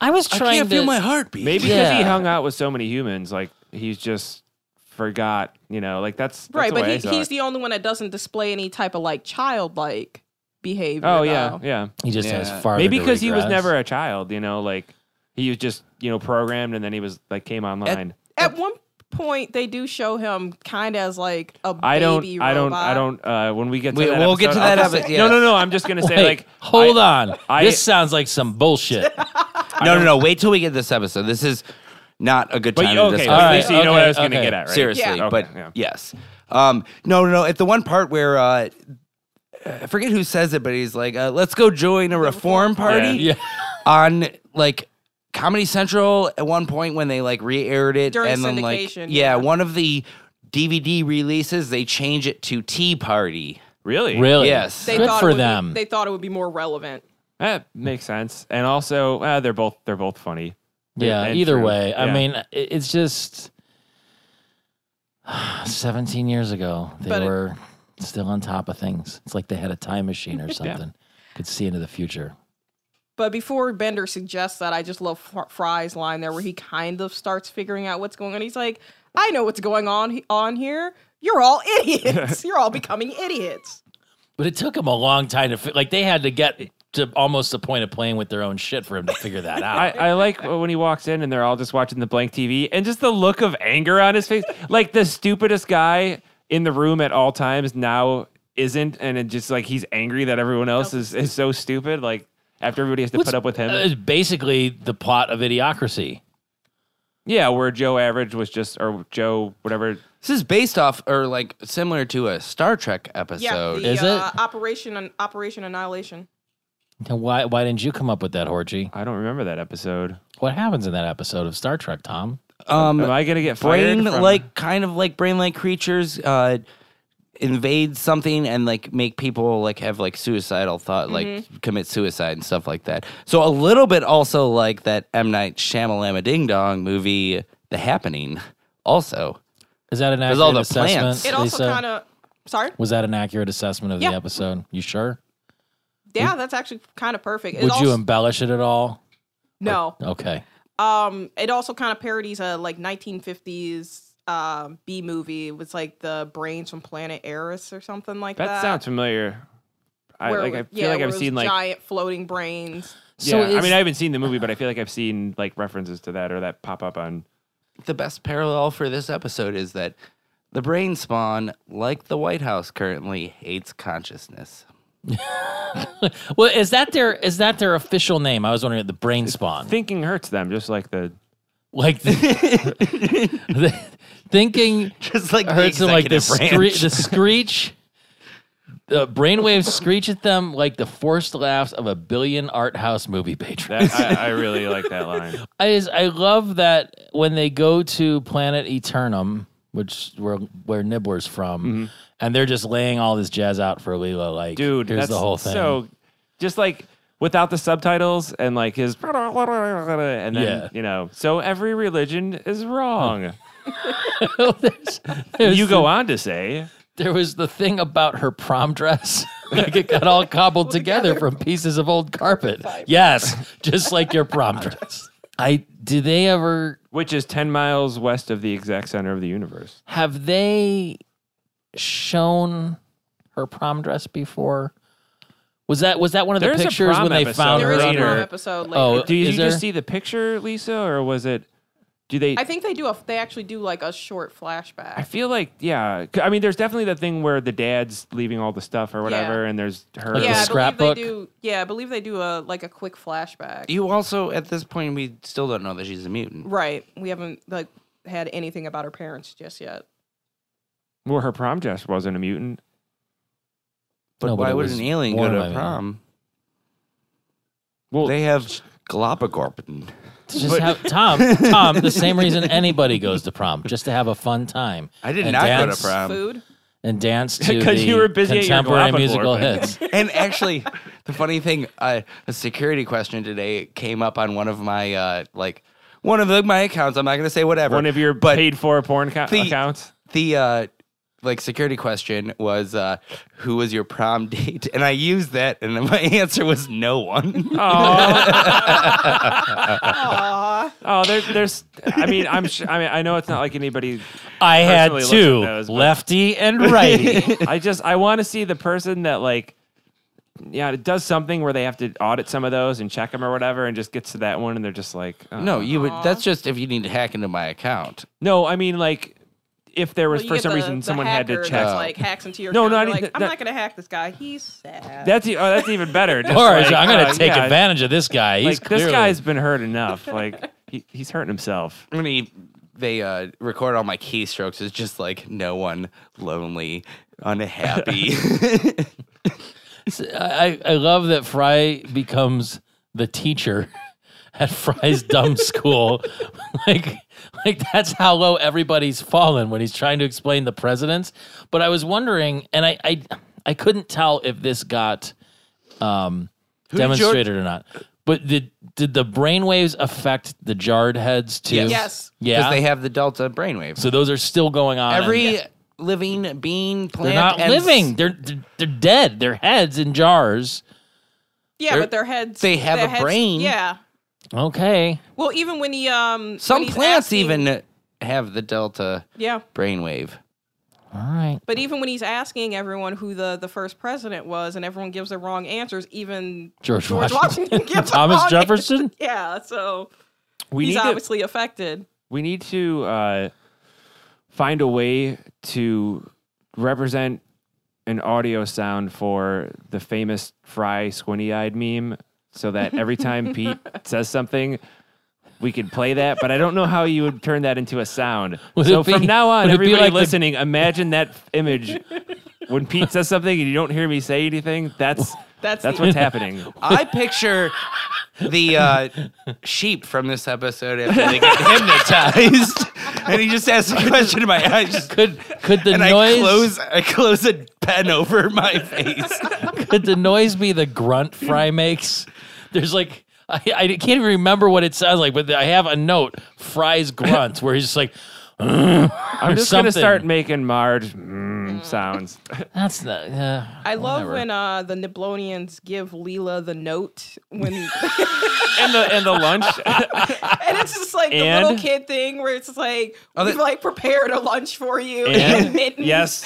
C: I was
B: I
C: trying
B: can't
C: to
B: feel my heartbeat.
A: maybe because
C: Yeah.
A: he hung out with so many humans, like he's just forgot. You know, like that's, that's
D: right,
A: the
D: but
A: way
D: he,
A: I saw
D: he's
A: it.
D: the only one that doesn't display any type of like childlike behavior.
A: oh yeah,
D: though.
A: yeah.
C: He just has
B: Yeah.
C: far.
A: Maybe because he was never a child. You know, like he was just you know programmed and then he was like came online.
D: At one point, they do show him kind of as like a
A: I don't,
D: baby
A: I don't,
D: robot.
A: I don't. uh When we get to
B: We-
A: that,
B: we'll get to
A: I'll
B: that
A: just
B: episode,
A: say-
B: yeah.
A: No, no, no. I'm just gonna say like,
C: hold
A: I-
C: on.
A: I-
C: this sounds like some bullshit.
B: No, no, no. Wait till we get this episode. This is not a good
A: But
B: time.
A: you-
B: to
A: okay,
B: discuss
A: but
B: this.
A: at
C: All
A: least
C: right,
A: you know what I
C: okay,
A: was gonna
C: okay.
A: get at, right?
B: Seriously,
D: Yeah.
B: but
A: Okay, yeah.
B: yes. Um, no, no, no. At the one part where uh, I forget who says it, but he's like, uh, "Let's go join a reform party."
C: yeah.
B: on like Comedy Central at one point when they like re-aired it
D: During
B: and then like
D: syndication,
B: yeah,
D: yeah.
B: one of the DVD releases they change it to Tea Party.
A: Really,
C: Really?
B: Yes.
D: They
C: Good
D: thought it
C: for
D: would be-
C: them.
D: they thought it would be more relevant.
A: That makes sense. And also, uh, they're both they're both funny.
C: Yeah.
A: And
C: Either
A: true.
C: way, I
A: Yeah.
C: mean, i- it's just seventeen years ago they
D: But it-
C: were still on top of things. It's like they had a time machine or something. Could see into the future.
D: But before Bender suggests that, I just love Fr- Fry's line there where he kind of starts figuring out what's going on. He's like, I know what's going on he- on here. You're all idiots. You're all becoming idiots.
C: But it took them a long time to fi- like they had to get to almost the point of playing with their own shit for him to figure that out.
A: I, I like when he walks in and they're all just watching the blank TV and just the look of anger on his face. Like the stupidest guy in the room at all times now isn't, and it just like he's angry that everyone else is, is so stupid. Like after everybody has to put up with him.
C: Uh, It's basically the plot of Idiocracy.
A: yeah, where Joe Average was just or Joe whatever.
B: This is based off or like similar to a Star Trek episode.
D: the
C: Is
D: uh,
C: it?
D: Operation and Operation Annihilation.
C: Now, Why why didn't you come up with that, Horgy?
A: I don't remember that episode.
C: What happens in that episode of Star Trek, Tom?
B: um
A: Am I gonna get fired?
B: brain
A: from-
B: like kind of like brain like creatures uh invade something and like make people like have like suicidal thought like commit suicide and stuff like that. So a little bit also like that M Night Shyamalama Ding Dong movie The Happening also.
C: Is that an accurate
B: all the
C: assessment?
B: plants.
D: It also
C: Lisa?
D: kind of. Sorry.
C: Was that an accurate assessment of
D: Yeah.
C: the episode? You sure?
D: Yeah, that's actually kind of perfect. It
C: Would
D: also,
C: you embellish it at all?
D: no.
A: oh.
C: Okay.
D: Um, it also kind of parodies a like 1950s um B movie. It was like the brains from Planet Eris or something like that.
A: that sounds familiar. I
D: uh, where
A: like
D: it
A: I
D: was-
A: feel
D: yeah,
A: like
D: where it
A: I've
D: was
A: seen like
D: giant floating brains.
A: Yeah,
B: So
A: I
B: is-
A: mean, I haven't seen the movie, but I feel like I've seen like references to that or that pop up on.
B: the best parallel for this episode is that the brain spawn, like the White House currently, hates consciousness.
C: Well, is that their is that their official name? I was wondering the brain spawn.
A: Thinking hurts them, just like the
C: like the- the- thinking
B: Just like the
C: hurts them like the,
B: executive branch.
C: scre- the screech the brainwaves screech at them like the forced laughs of a billion art house movie patron
A: that. I, I really like that line.
C: I, just, I love that when they go to planet eternum which where where nibbler's from
A: Mm-hmm.
C: and they're just laying all this jazz out for Leela like
A: dude.
C: here's
A: that's
C: the whole thing
A: So just like without the subtitles and like his and then
C: Yeah.
A: you know. So every religion is wrong.
C: There's- there's
A: you go on to say
C: there was the thing about her prom dress. like it got all cobbled together from pieces of old carpet. Yes, just like your prom dress. I do they ever
A: which is 10 miles west of the exact center of the universe.
C: have they shown her prom dress before? Was that was that one of
A: There's
C: the
A: a
C: pictures
A: prom
C: when they
A: episode
C: found
D: There
C: her?
D: is a
A: Later.
D: prom episode later.
C: Oh,
A: Do you,
C: Is
A: you
C: there-
A: just see the picture, Lisa, or was it do they
D: I think they do a. They actually do like a short flashback.
A: I feel like yeah, c- I mean there's definitely that thing where the dad's leaving all the stuff or whatever and there's her
C: Like the
D: yeah, I believe
C: scrapbook?
D: they do. Yeah, I believe they do a like a quick flashback.
B: you also, at this point, we still don't know that she's a mutant.
D: right. We haven't like had anything about her parents just yet.
A: well her prom dress wasn't a mutant.
B: But
C: No, but
B: why
C: it
B: would
C: was
B: an alien go
C: born
B: to
C: by
B: a
C: me.
B: prom?
A: Well,
B: They have Galapagorpin.
C: Just have, Tom, Tom, the same reason anybody goes to prom, just to have a fun time.
B: I did
C: And
B: not go
C: dance-
B: to
A: Um,
B: prom.
D: Food.
C: and dance to
A: 'Cause
C: the
A: you were busy at your
C: contemporary
A: Galapagos,
C: musical
A: but-
C: hits.
B: and actually, the funny thing, uh, a security question today came up on one of my uh, like one of the, my accounts. I'm not going to say whatever.
A: one of your
B: but
A: paid for porn co-
B: the-
A: accounts.
B: the uh, like security question was uh, who was your prom date, and I used that, and my answer was no one.
A: Oh.
D: Aww.
A: Oh, there, there's. I mean, I'm. Sh- I mean, I know it's not like anybody.
C: I had
A: Personally looked at
C: two,
A: those, but-
C: lefty and righty.
A: I just. I want to see the person that like. Yeah, it does something where they have to audit some of those and check them or whatever, and just gets to that one, and they're just like, oh.
B: no, you would. That's just if you need to hack into my account.
A: no. I mean, like, if there was
D: Well, you
A: for
D: get
A: some
D: the-
A: reason
D: the
A: someone had to
D: hacker
A: check.
B: Oh.
D: That's like hacks into your.
A: No,
D: No,
A: no, I
D: no,
A: didn't-
D: like, I'm
A: that-
D: not gonna hack this guy. He's sad.
A: That's e- oh, that's even better. Just
C: All right,
A: like,
C: so I'm gonna
A: uh,
C: take
A: yeah,
C: advantage of this guy.
A: Like,
C: He's
A: this
C: clearly-
A: guy's been hurt enough. Like, he, he's hurting himself.
B: I mean, they uh, record all my keystrokes. It's just like no one, lonely, unhappy.
C: I, I I love that Fry becomes the teacher at Fry's dumb school. like like that's how low everybody's fallen when he's trying to explain the presidents. But I was wondering, and I I, I couldn't tell if this got um, demonstrated or not. But did did the brainwaves affect the jarred heads too?
B: Yes.
D: Yes.
C: Yeah.
B: Because they have the delta brainwave.
C: so those are still going on. and-
B: Every living being,
C: They're
B: plant,
C: not
B: and s-
C: living. They're, they're they're dead. Their heads in jars.
D: yeah, but their heads.
B: they have
D: their
B: a
D: heads-
B: brain.
D: Yeah.
C: Okay.
D: Well, even when he um. when
B: Some
D: he's
B: plants
D: asking-
B: even have the delta
D: Yeah.
B: brainwave.
C: All right.
D: But even when he's asking everyone who the, the first president was, and everyone gives the wrong answers, even
C: George Washington.
D: Washington, gives the
C: Thomas
D: wrong
C: Jefferson.
D: answer. Yeah, so
A: We
D: he's
A: need to,
D: obviously affected.
A: we need to uh, find a way to represent an audio sound for the famous Fry squinty eyed meme so that every time Pete says something, we could play that, but I don't know how you would turn that into a sound.
C: Would
A: so
C: it be-
A: from now on,
C: would it be
A: everybody
C: like the-
A: listening, imagine that f- image. When Pete says something and you don't hear me say anything, that's
D: That's,
A: that's
D: the,
A: what's happening.
B: I picture the uh, sheep from this episode after they get hypnotized, and he just asks a question in my eyes.
C: Could could the
B: and I close,
C: noise
B: I close a pen over my face.
C: could the noise be the grunt Fry makes? There's like I, I can't even remember what it sounds like, but I have a note Fry's grunt where he's just like
A: I'm just going to
C: something.
A: start making Marge mm, sounds.
C: that's not. Uh,
D: I love
C: whatever.
D: when uh, the Niblonians give Leela the note when, and
A: and the and the lunch
D: it's just like the
A: And-
D: little kid thing where it's like we've
B: that-
D: like prepared a lunch for you.
A: And-
D: mittens.
A: yes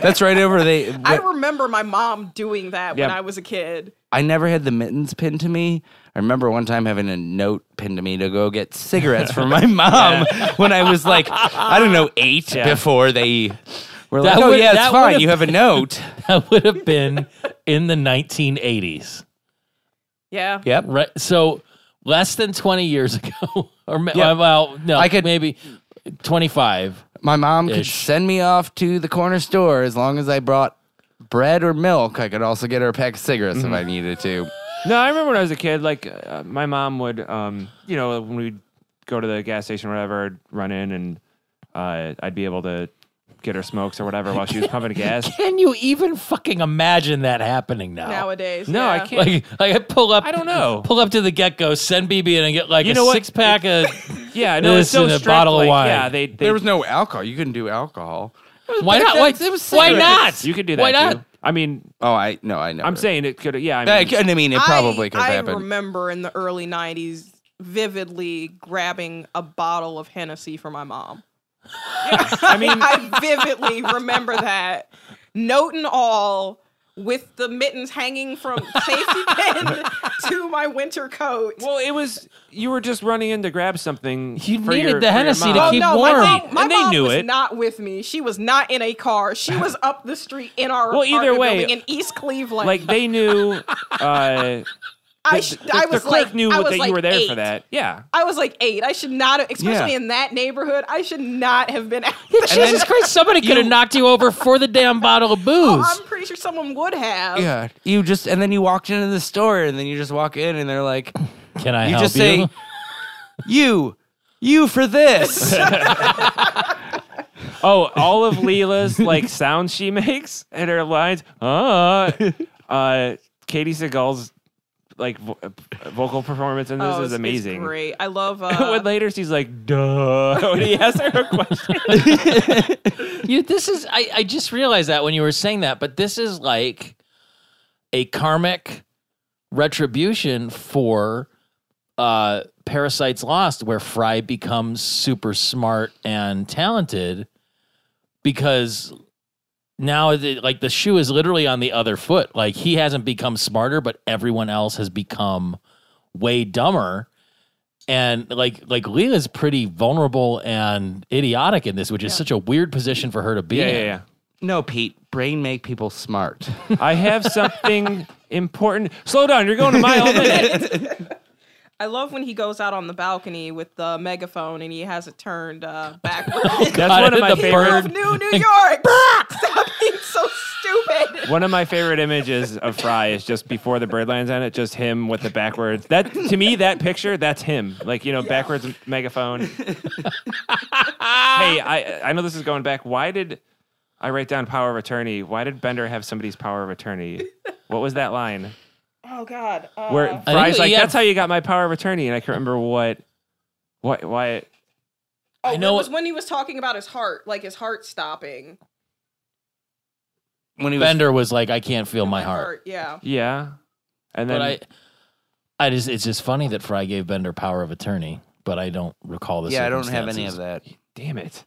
B: That's right over they.
D: I remember my mom doing that
A: Yeah.
D: when I was a kid.
B: I never had the mittens pinned to me. I remember one time having a note pinned to me to go get cigarettes for my mom when I was like, I don't know, eight before they were
C: That
B: like, oh,
C: would-
B: yeah, it's
C: that
B: fine.
C: would've
B: You have a note.
C: That would have been in the 1980s.
D: Yeah.
B: yep.
C: Right. So less than 20 years ago, or ma-
B: Yeah.
C: well, no,
B: I
C: I
B: could-
C: could maybe 25.
B: My mom could
C: Ish.
B: send me off to the corner store as long as I brought bread or milk. I could also get her a pack of cigarettes if I needed to.
A: No, I remember when I was a kid, like uh, my mom would, um, you know, when we'd go to the gas station or whatever, I'd run in and uh, I'd be able to get her smokes or whatever while she was pumping gas.
C: Can you even fucking imagine that happening now?
D: Nowadays.
A: No, I
D: yeah.
A: can't.
C: like, like I pull up. I
A: don't know.
C: Pull up to the get go, send BB in, and get like
A: You
C: a
A: know what?
C: six pack of.
A: Yeah, no, it's
C: This
A: so
C: and a
A: strict,
C: bottle of
A: like,
C: wine.
A: Yeah, they, they
B: There was no alcohol. You couldn't do alcohol.
C: why
B: back
C: not?
B: then,
C: Why,
B: it was
C: why
B: cigarettes.
C: not?
A: you could do that.
C: Why not?
A: Too. I mean,
B: Oh, I no, I know.
A: I'm saying it could. Yeah, I mean,
B: I, could- I mean, it probably could
D: I, I
B: happen.
D: remember in the early 90s vividly grabbing a bottle of Hennessy for my mom. I mean, I vividly remember that. Note and all, with the mittens hanging from safety pin to my winter coat.
A: well, it was you were just running in to grab something.
C: You
A: for
C: needed
A: your- for
C: the
A: your
C: Hennessy to
A: mom.
C: keep
D: Oh, no,
C: warm.
D: my mom, my
A: And they
D: mom
A: knew
D: was
A: it.
D: not with me. She was not in a car. She was up the street in our
A: Well, either
D: apartment
A: way,
D: building in East Cleveland.
A: Like they knew. Uh,
D: I,
A: the,
D: sh-
A: the-
D: I
A: the
D: was
A: clerk
D: like,
A: knew
D: I
A: what-
D: was
A: that
D: like
A: you were there for
D: eight.
A: that. Yeah.
D: I was like eight. I should not, have, especially
B: Yeah.
D: in that neighborhood. I should not have been out. there.
C: Jesus Christ! Somebody could have knocked you over for the damn bottle of booze.
D: I'm pretty sure someone would have.
B: yeah, you just and then you walked into the store and then you just walk in and they're like,
C: Can I
B: you
C: help
B: just
C: you?
B: say, you, you for this.
A: Oh, all of Leela's like sounds she makes and her lines. Uh, uh, Katie Seagal's like vo- uh, vocal performance in this
D: Oh,
A: is
D: it's- it's
A: amazing.
D: great. I love.
A: when
D: Uh,
A: later she's like, "Duh," when he asks her a question.
C: You, this is I, I just realized that when you were saying that, but this is like a karmic retribution for uh Parasites Lost, where Fry becomes super smart and talented because now the, like the shoe is literally on the other foot. Like he hasn't become smarter, but everyone else has become way dumber and like like Leela's pretty vulnerable and idiotic in this, which is such a weird position for her to be
A: yeah,
C: in.
A: yeah,
B: no, Pete, brain make people smart.
A: yeah. I have something important. Slow down. You're going to my own minute.
D: I love when he goes out on the balcony with the megaphone and he has it turned uh, backwards.
A: That's
C: God,
A: one of my
C: the
A: favorite.
D: Of New New York. Stop being so stupid.
A: One of my favorite images of Fry is just before the bird lands on it, just him with the backwards. That to me, that picture, that's him. Like you know, backwards megaphone. hey, I I know this is going back. Why did I write down power of attorney? Why did Bender have somebody's power of attorney? What was that line?
D: Oh God. Uh,
A: Where
C: I
A: Fry's
C: think
A: like,
C: he had-
A: "That's how you got my power of attorney," and I can't remember what, what, why.
D: oh,
C: I know
D: it was
C: it-
D: when he was talking about his heart, like his heart stopping.
B: When he was
C: Bender was like, I can't feel my heart.
D: Yeah.
A: Yeah, and then
C: But I I just it's just funny that Fry gave Bender power of attorney, but I don't recall this.
B: yeah, I don't have any of that.
A: damn it,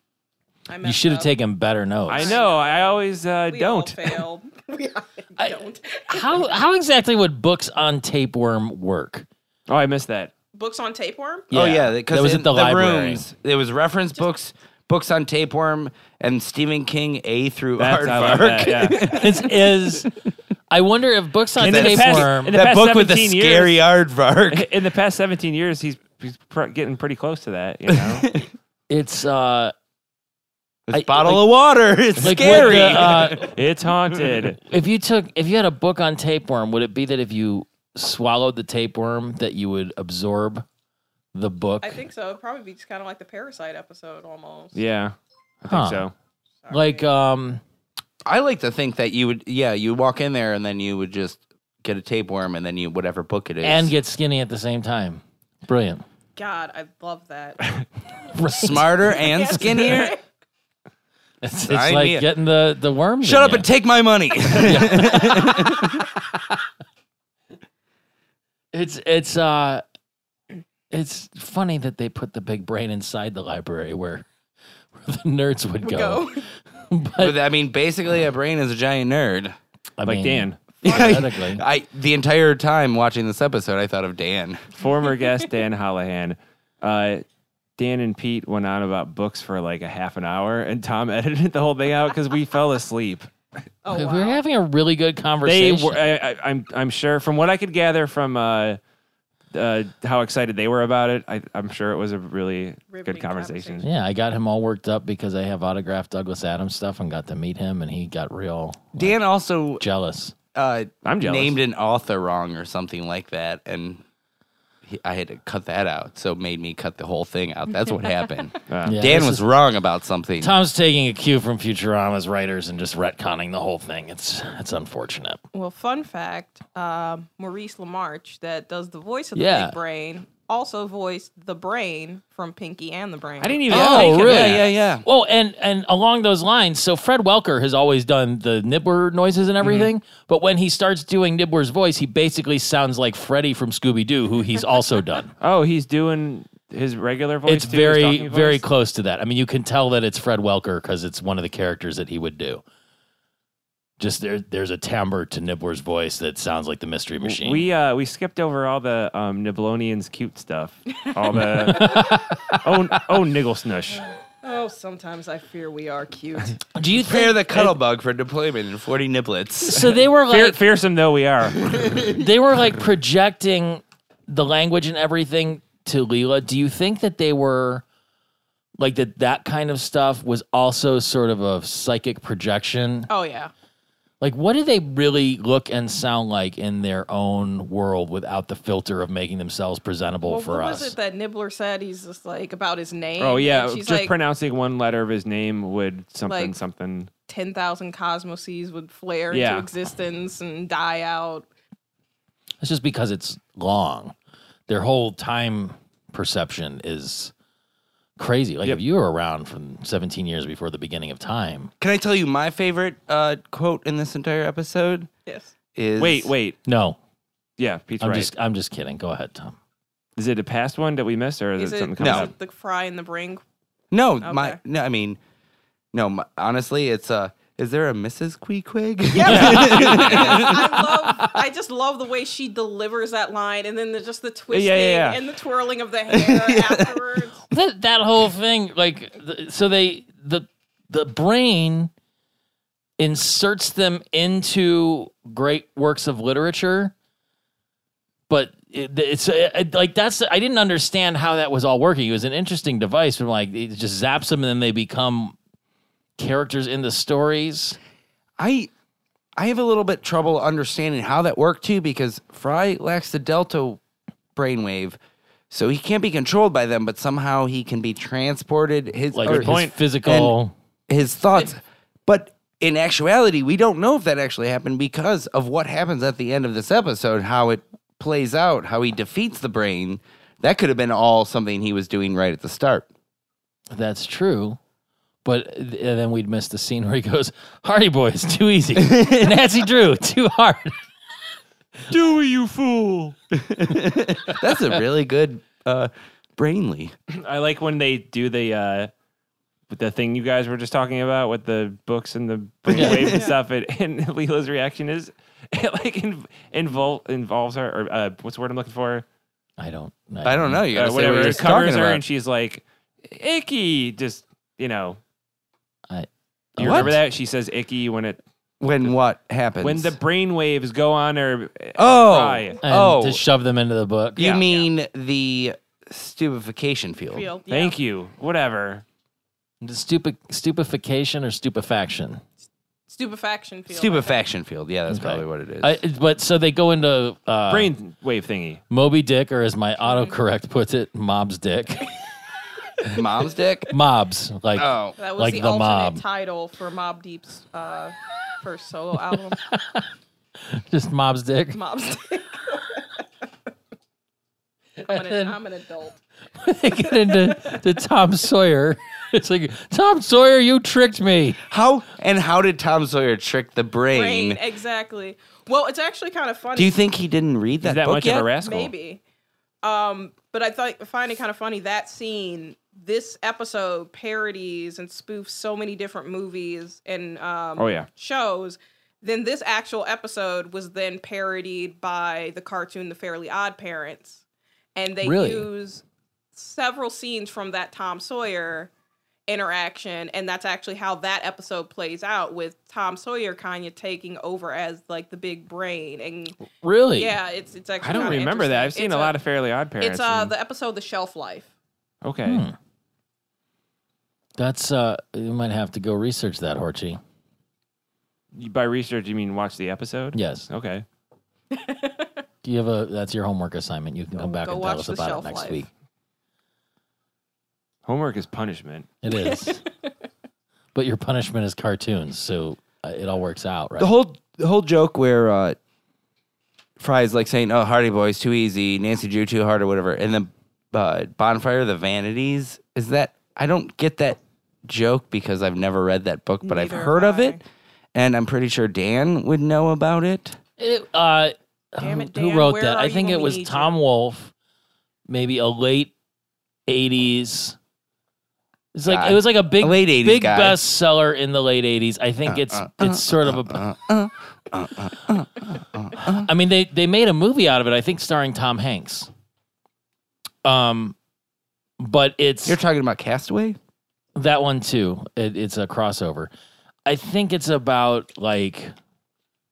D: I
C: You
D: messed
C: should have
D: up.
C: taken better notes.
A: I know. I always uh,
D: We all
A: don't.
D: failed. we I
C: I-
D: don't.
C: How how exactly would books on tapeworm work?
A: Oh, I missed that.
D: Books on tapeworm.
B: Oh yeah, because
C: that was
B: in
C: at the, library.
B: rooms there was reference books, books on tapeworm, and Stephen King A through
A: That's I
B: Aardvark.
A: love that. Yeah.
C: This is. I wonder if books on
A: In the past-
C: tapeworm.
A: in the past
B: That book with the
A: 17 years.
B: scary aardvark.
A: in the past 17 years, he's, he's pr- getting pretty close to that. You know,
C: it's uh
B: This
C: I-
B: bottle
C: like-
B: of water. It's
C: like would
B: scary.
C: the, uh,
A: it's haunted.
C: If you took, if you had a book on tapeworm, would it be that if you swallowed the tapeworm that you would absorb the book?
D: I think so. It'd probably be just kind of like the parasite episode almost.
A: Yeah, I think
C: Huh.
A: so.
D: Sorry.
C: Like, um,
B: I like to think that you would, yeah, you walk in there and then you would just get a tapeworm and then you whatever book it is
C: and get skinny at the same time. Brilliant.
D: God, I love that.
B: smarter and
D: Yes.
B: skinnier.
C: It's, it's
B: Sign me
C: like
B: up.
C: getting the the worm.
B: Shut up and take my money.
C: it's it's uh, it's funny that they put the big brain inside the library where, where the nerds would
D: We
C: go.
D: go.
B: But, I mean, basically, a brain is a giant nerd.
C: I
A: Like
C: mean,
A: Dan.
C: Hypothetically.
B: I the entire time watching this episode, I thought of Dan.
A: Former guest Dan Hallahan. Uh, Dan and Pete went on about books for like a half an hour, and Tom edited the whole thing out because we fell asleep.
D: Oh,
C: We
D: wow.
C: We're having a really good
A: They
C: conversation.
A: were, I, I, I'm, I'm sure, from what I could gather from uh, uh, how excited they were about it, I, I'm sure it was a really
D: Riveting
A: good conversation.
D: conversation.
C: yeah, I got him all worked up because I have autographed Douglas Adams stuff and got to meet him, and he got real
B: Dan also
C: jealous.
B: uh,
A: I'm jealous.
B: named an author wrong or something like that, and he, I had to cut that out. So it made me cut the whole thing out. That's what happened.
C: Yeah,
B: Dan
C: this
B: was
C: is-
B: wrong about something.
C: Tom's taking a cue from Futurama's writers and just retconning the whole thing. It's it's unfortunate.
D: Well, fun fact: um, Maurice LaMarche, that does the voice of the
C: Yeah.
D: Big Brain, also voiced the Brain from Pinky and the Brain.
A: I didn't even
C: Oh,
A: think of
C: really?
A: that.
B: yeah, yeah.
C: Well, and and along those lines, so Fred Welker has always done the Nibbler noises
A: Mm-hmm.
C: and everything, but when he starts doing Nibbler's voice, he basically sounds like Freddy from Scooby Doo, who he's also done.
A: Oh, he's doing his regular voice.
C: it's
A: too, his
C: very
A: talking
C: very
A: voice?
C: close to that. I mean, you can tell that it's Fred Welker because it's one of the characters that he would do. Just there, there's a timbre to Nibbler's voice that sounds like the Mystery Machine.
A: We uh, we skipped over all the um, Niblonians cute stuff. All the oh oh niggle snush.
D: Oh, sometimes I fear we are cute.
C: do you think?
B: Prepare the cuddle bug for deployment in 40 niblets.
C: So they were
A: Fear,
C: like
A: fearsome though we are.
C: they were like projecting the language and everything to Leela. Do you think that they were like that that kind of stuff was also sort of a psychic projection?
D: oh yeah.
C: Like what do they really look and sound like in their own world without the filter of making themselves presentable
D: Well,
C: for
D: what
C: us?
D: was it that Nibbler said? He's just like about his name.
A: Oh yeah,
D: And she's
A: just
D: like
A: pronouncing one letter of his name would something
D: Like-
A: something.
D: ten thousand cosmoses would flare
A: Yeah.
D: into existence and die out.
C: It's just because it's long. Their whole time perception is crazy. Like if you were around from 17 years before the beginning of time.
B: Can I tell you my favorite uh, quote in this entire episode?
D: Yes.
B: Is
A: Wait wait
C: No,
A: yeah Pete's
C: I'm
A: right.
C: just I'm just kidding. Go ahead, Tom.
A: Is it a past one that we missed or is,
D: Is
A: it
D: it,
A: something
D: is
A: coming
B: No.
A: up?
D: it the fry in the brain?
B: No, my
D: Okay.
B: no. I mean, no. My, honestly, it's Uh, is there a Mrs. Queequeg?
D: I love. I just love the way she delivers that line, and then the, just the twisting
A: yeah.
D: and the twirling of the hair afterwards.
C: that that whole thing like th- so they the the brain inserts them into great works of literature but it, it's uh, it, like that's i didn't understand how that was all working it was an interesting device from like it just zaps them and then they become characters in the stories
B: I I have a little bit trouble understanding how that worked too because Fry lacks the delta brainwave, so he can't be controlled by them, but somehow he can be transported his
C: like
B: or
C: his physical
B: his thoughts. But in actuality, we don't know if that actually happened because of what happens at the end of this episode, how it plays out, how he defeats the brain. That could have been all something he was doing right at the start.
C: that's true but th- and then we'd miss the scene where he goes hardy boys too easy nancy drew too hard
A: Do you fool?
B: That's a really good uh, brainly.
A: I like when they do the uh the thing you guys were just talking about with the books and the brainwave and stuff and, and Leela's reaction is it like in, invol, involves her or uh, what's the word I'm looking for?
C: I don't.
B: I don't know. You
A: Uh,
B: gotta say
A: whatever
B: what you're
A: it covers
B: talking
A: her
B: about.
A: and she's like icky just you know
C: I-
A: you
B: What?
A: remember that she says icky when it
B: when what happens?
A: when the brain waves go on her uh,
B: oh
A: cry.
C: And
B: oh,
C: to shove them into the book.
B: you
A: yeah,
B: mean the stupefaction field?
D: Feel, yeah.
A: Thank you. Whatever.
C: The stupe- stupefaction or stupefaction.
D: Stupefaction feel.
B: Stupefaction field. Yeah, that's
C: Okay.
B: probably what it is.
C: I, but so they go into uh,
A: Brain wave thingy.
C: Moby Dick, or as my autocorrect puts it, Mob's Dick.
B: Mom's dick.
C: Mobs, like
B: Oh,
D: That was
C: Like
D: the,
C: the
D: alternate
C: mob.
D: title for Mob Deep's uh, first solo album,
C: just Mob's Dick.
D: Mob's Dick. I'm, an, I'm an adult.
C: they get into to Tom Sawyer. It's like Tom Sawyer, you tricked me.
B: how and how did Tom Sawyer trick the brain?
D: Brain, exactly. Well, it's actually kind of funny.
B: Do you think he didn't read that,
A: Is that
B: book
A: much
B: yet?
A: of a rascal?
D: Maybe. Um, but I thought find it kind of funny that scene. This episode parodies and spoofs so many different movies and um,
A: Oh, yeah.
D: shows Then this actual episode was then parodied by the cartoon The Fairly Odd Parents, and they
C: Really?
D: use several scenes from that Tom Sawyer interaction, and that's actually how that episode plays out with Tom Sawyer kind of taking over as like the big brain, and
C: Really?
D: yeah, it's it's actually
A: I don't
D: kinda
A: remember that.
D: interesting.
A: I've seen
D: It's
A: a lot of Fairly Odd Parents.
D: It's uh
A: and-
D: the episode The Shelf Life.
A: okay.
C: Hmm. That's uh you might have to go research that, Horchie.
A: You- By research, you mean watch the episode?
C: Yes.
A: Okay.
C: Do you have a that's your homework assignment. You can come back
D: Go
C: and tell
D: watch
C: us
D: The
C: about it
D: Shelf
C: next
D: Life.
C: week.
A: Homework is punishment.
C: It is. but your punishment is cartoons, so uh, it all works out, right?
B: The whole the whole joke where uh, Fry's like saying, "Oh, Hardy Boys too easy, Nancy Drew too hard, or whatever," and then uh, Bonfire the Vanities is that I don't get that joke because I've never read that book, but I've
D: Neither
B: heard
D: have
B: of it, and I'm pretty sure Dan would know about it.
C: It, uh,
D: Damn it,
C: who
D: Dan,
C: wrote
D: where
C: that?
D: are
C: I
D: you
C: think
D: when
C: it
D: we
C: was
D: need
C: Tom
D: you?
C: Wolfe, maybe a late '80s. It's like
B: God.
C: it was like a big
B: A late 80s
C: big
B: guy.
C: bestseller in the late '80s. I think it's it's sort of
B: uh,
C: a. I mean, they they made a movie out of it. I think starring Tom Hanks. Um, but it's
B: You're talking about Castaway.
C: that one too. It, it's a crossover. I think it's about like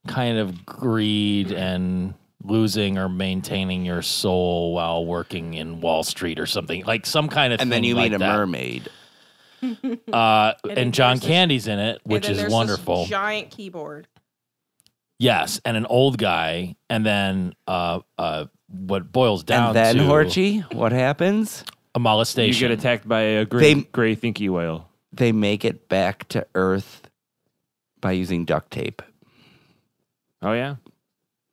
C: kind of greed and losing or maintaining your soul while working in Wall Street or something like some kind of.
B: And then
C: thing
B: you
C: like
B: meet a
C: that.
B: mermaid.
C: uh, and,
D: then
C: John
D: there's this-
C: Candy's in it,
D: And
C: which
D: then
C: is
D: there's this
C: wonderful.
D: giant keyboard.
C: yes, and an old guy, and then uh, uh, what boils down
B: And then
C: to
B: Horchie, what happens?
C: a molestation.
A: You get attacked by a gray,
B: They-
A: gray thinky whale.
B: They make it back to Earth by using duct tape.
A: Oh yeah,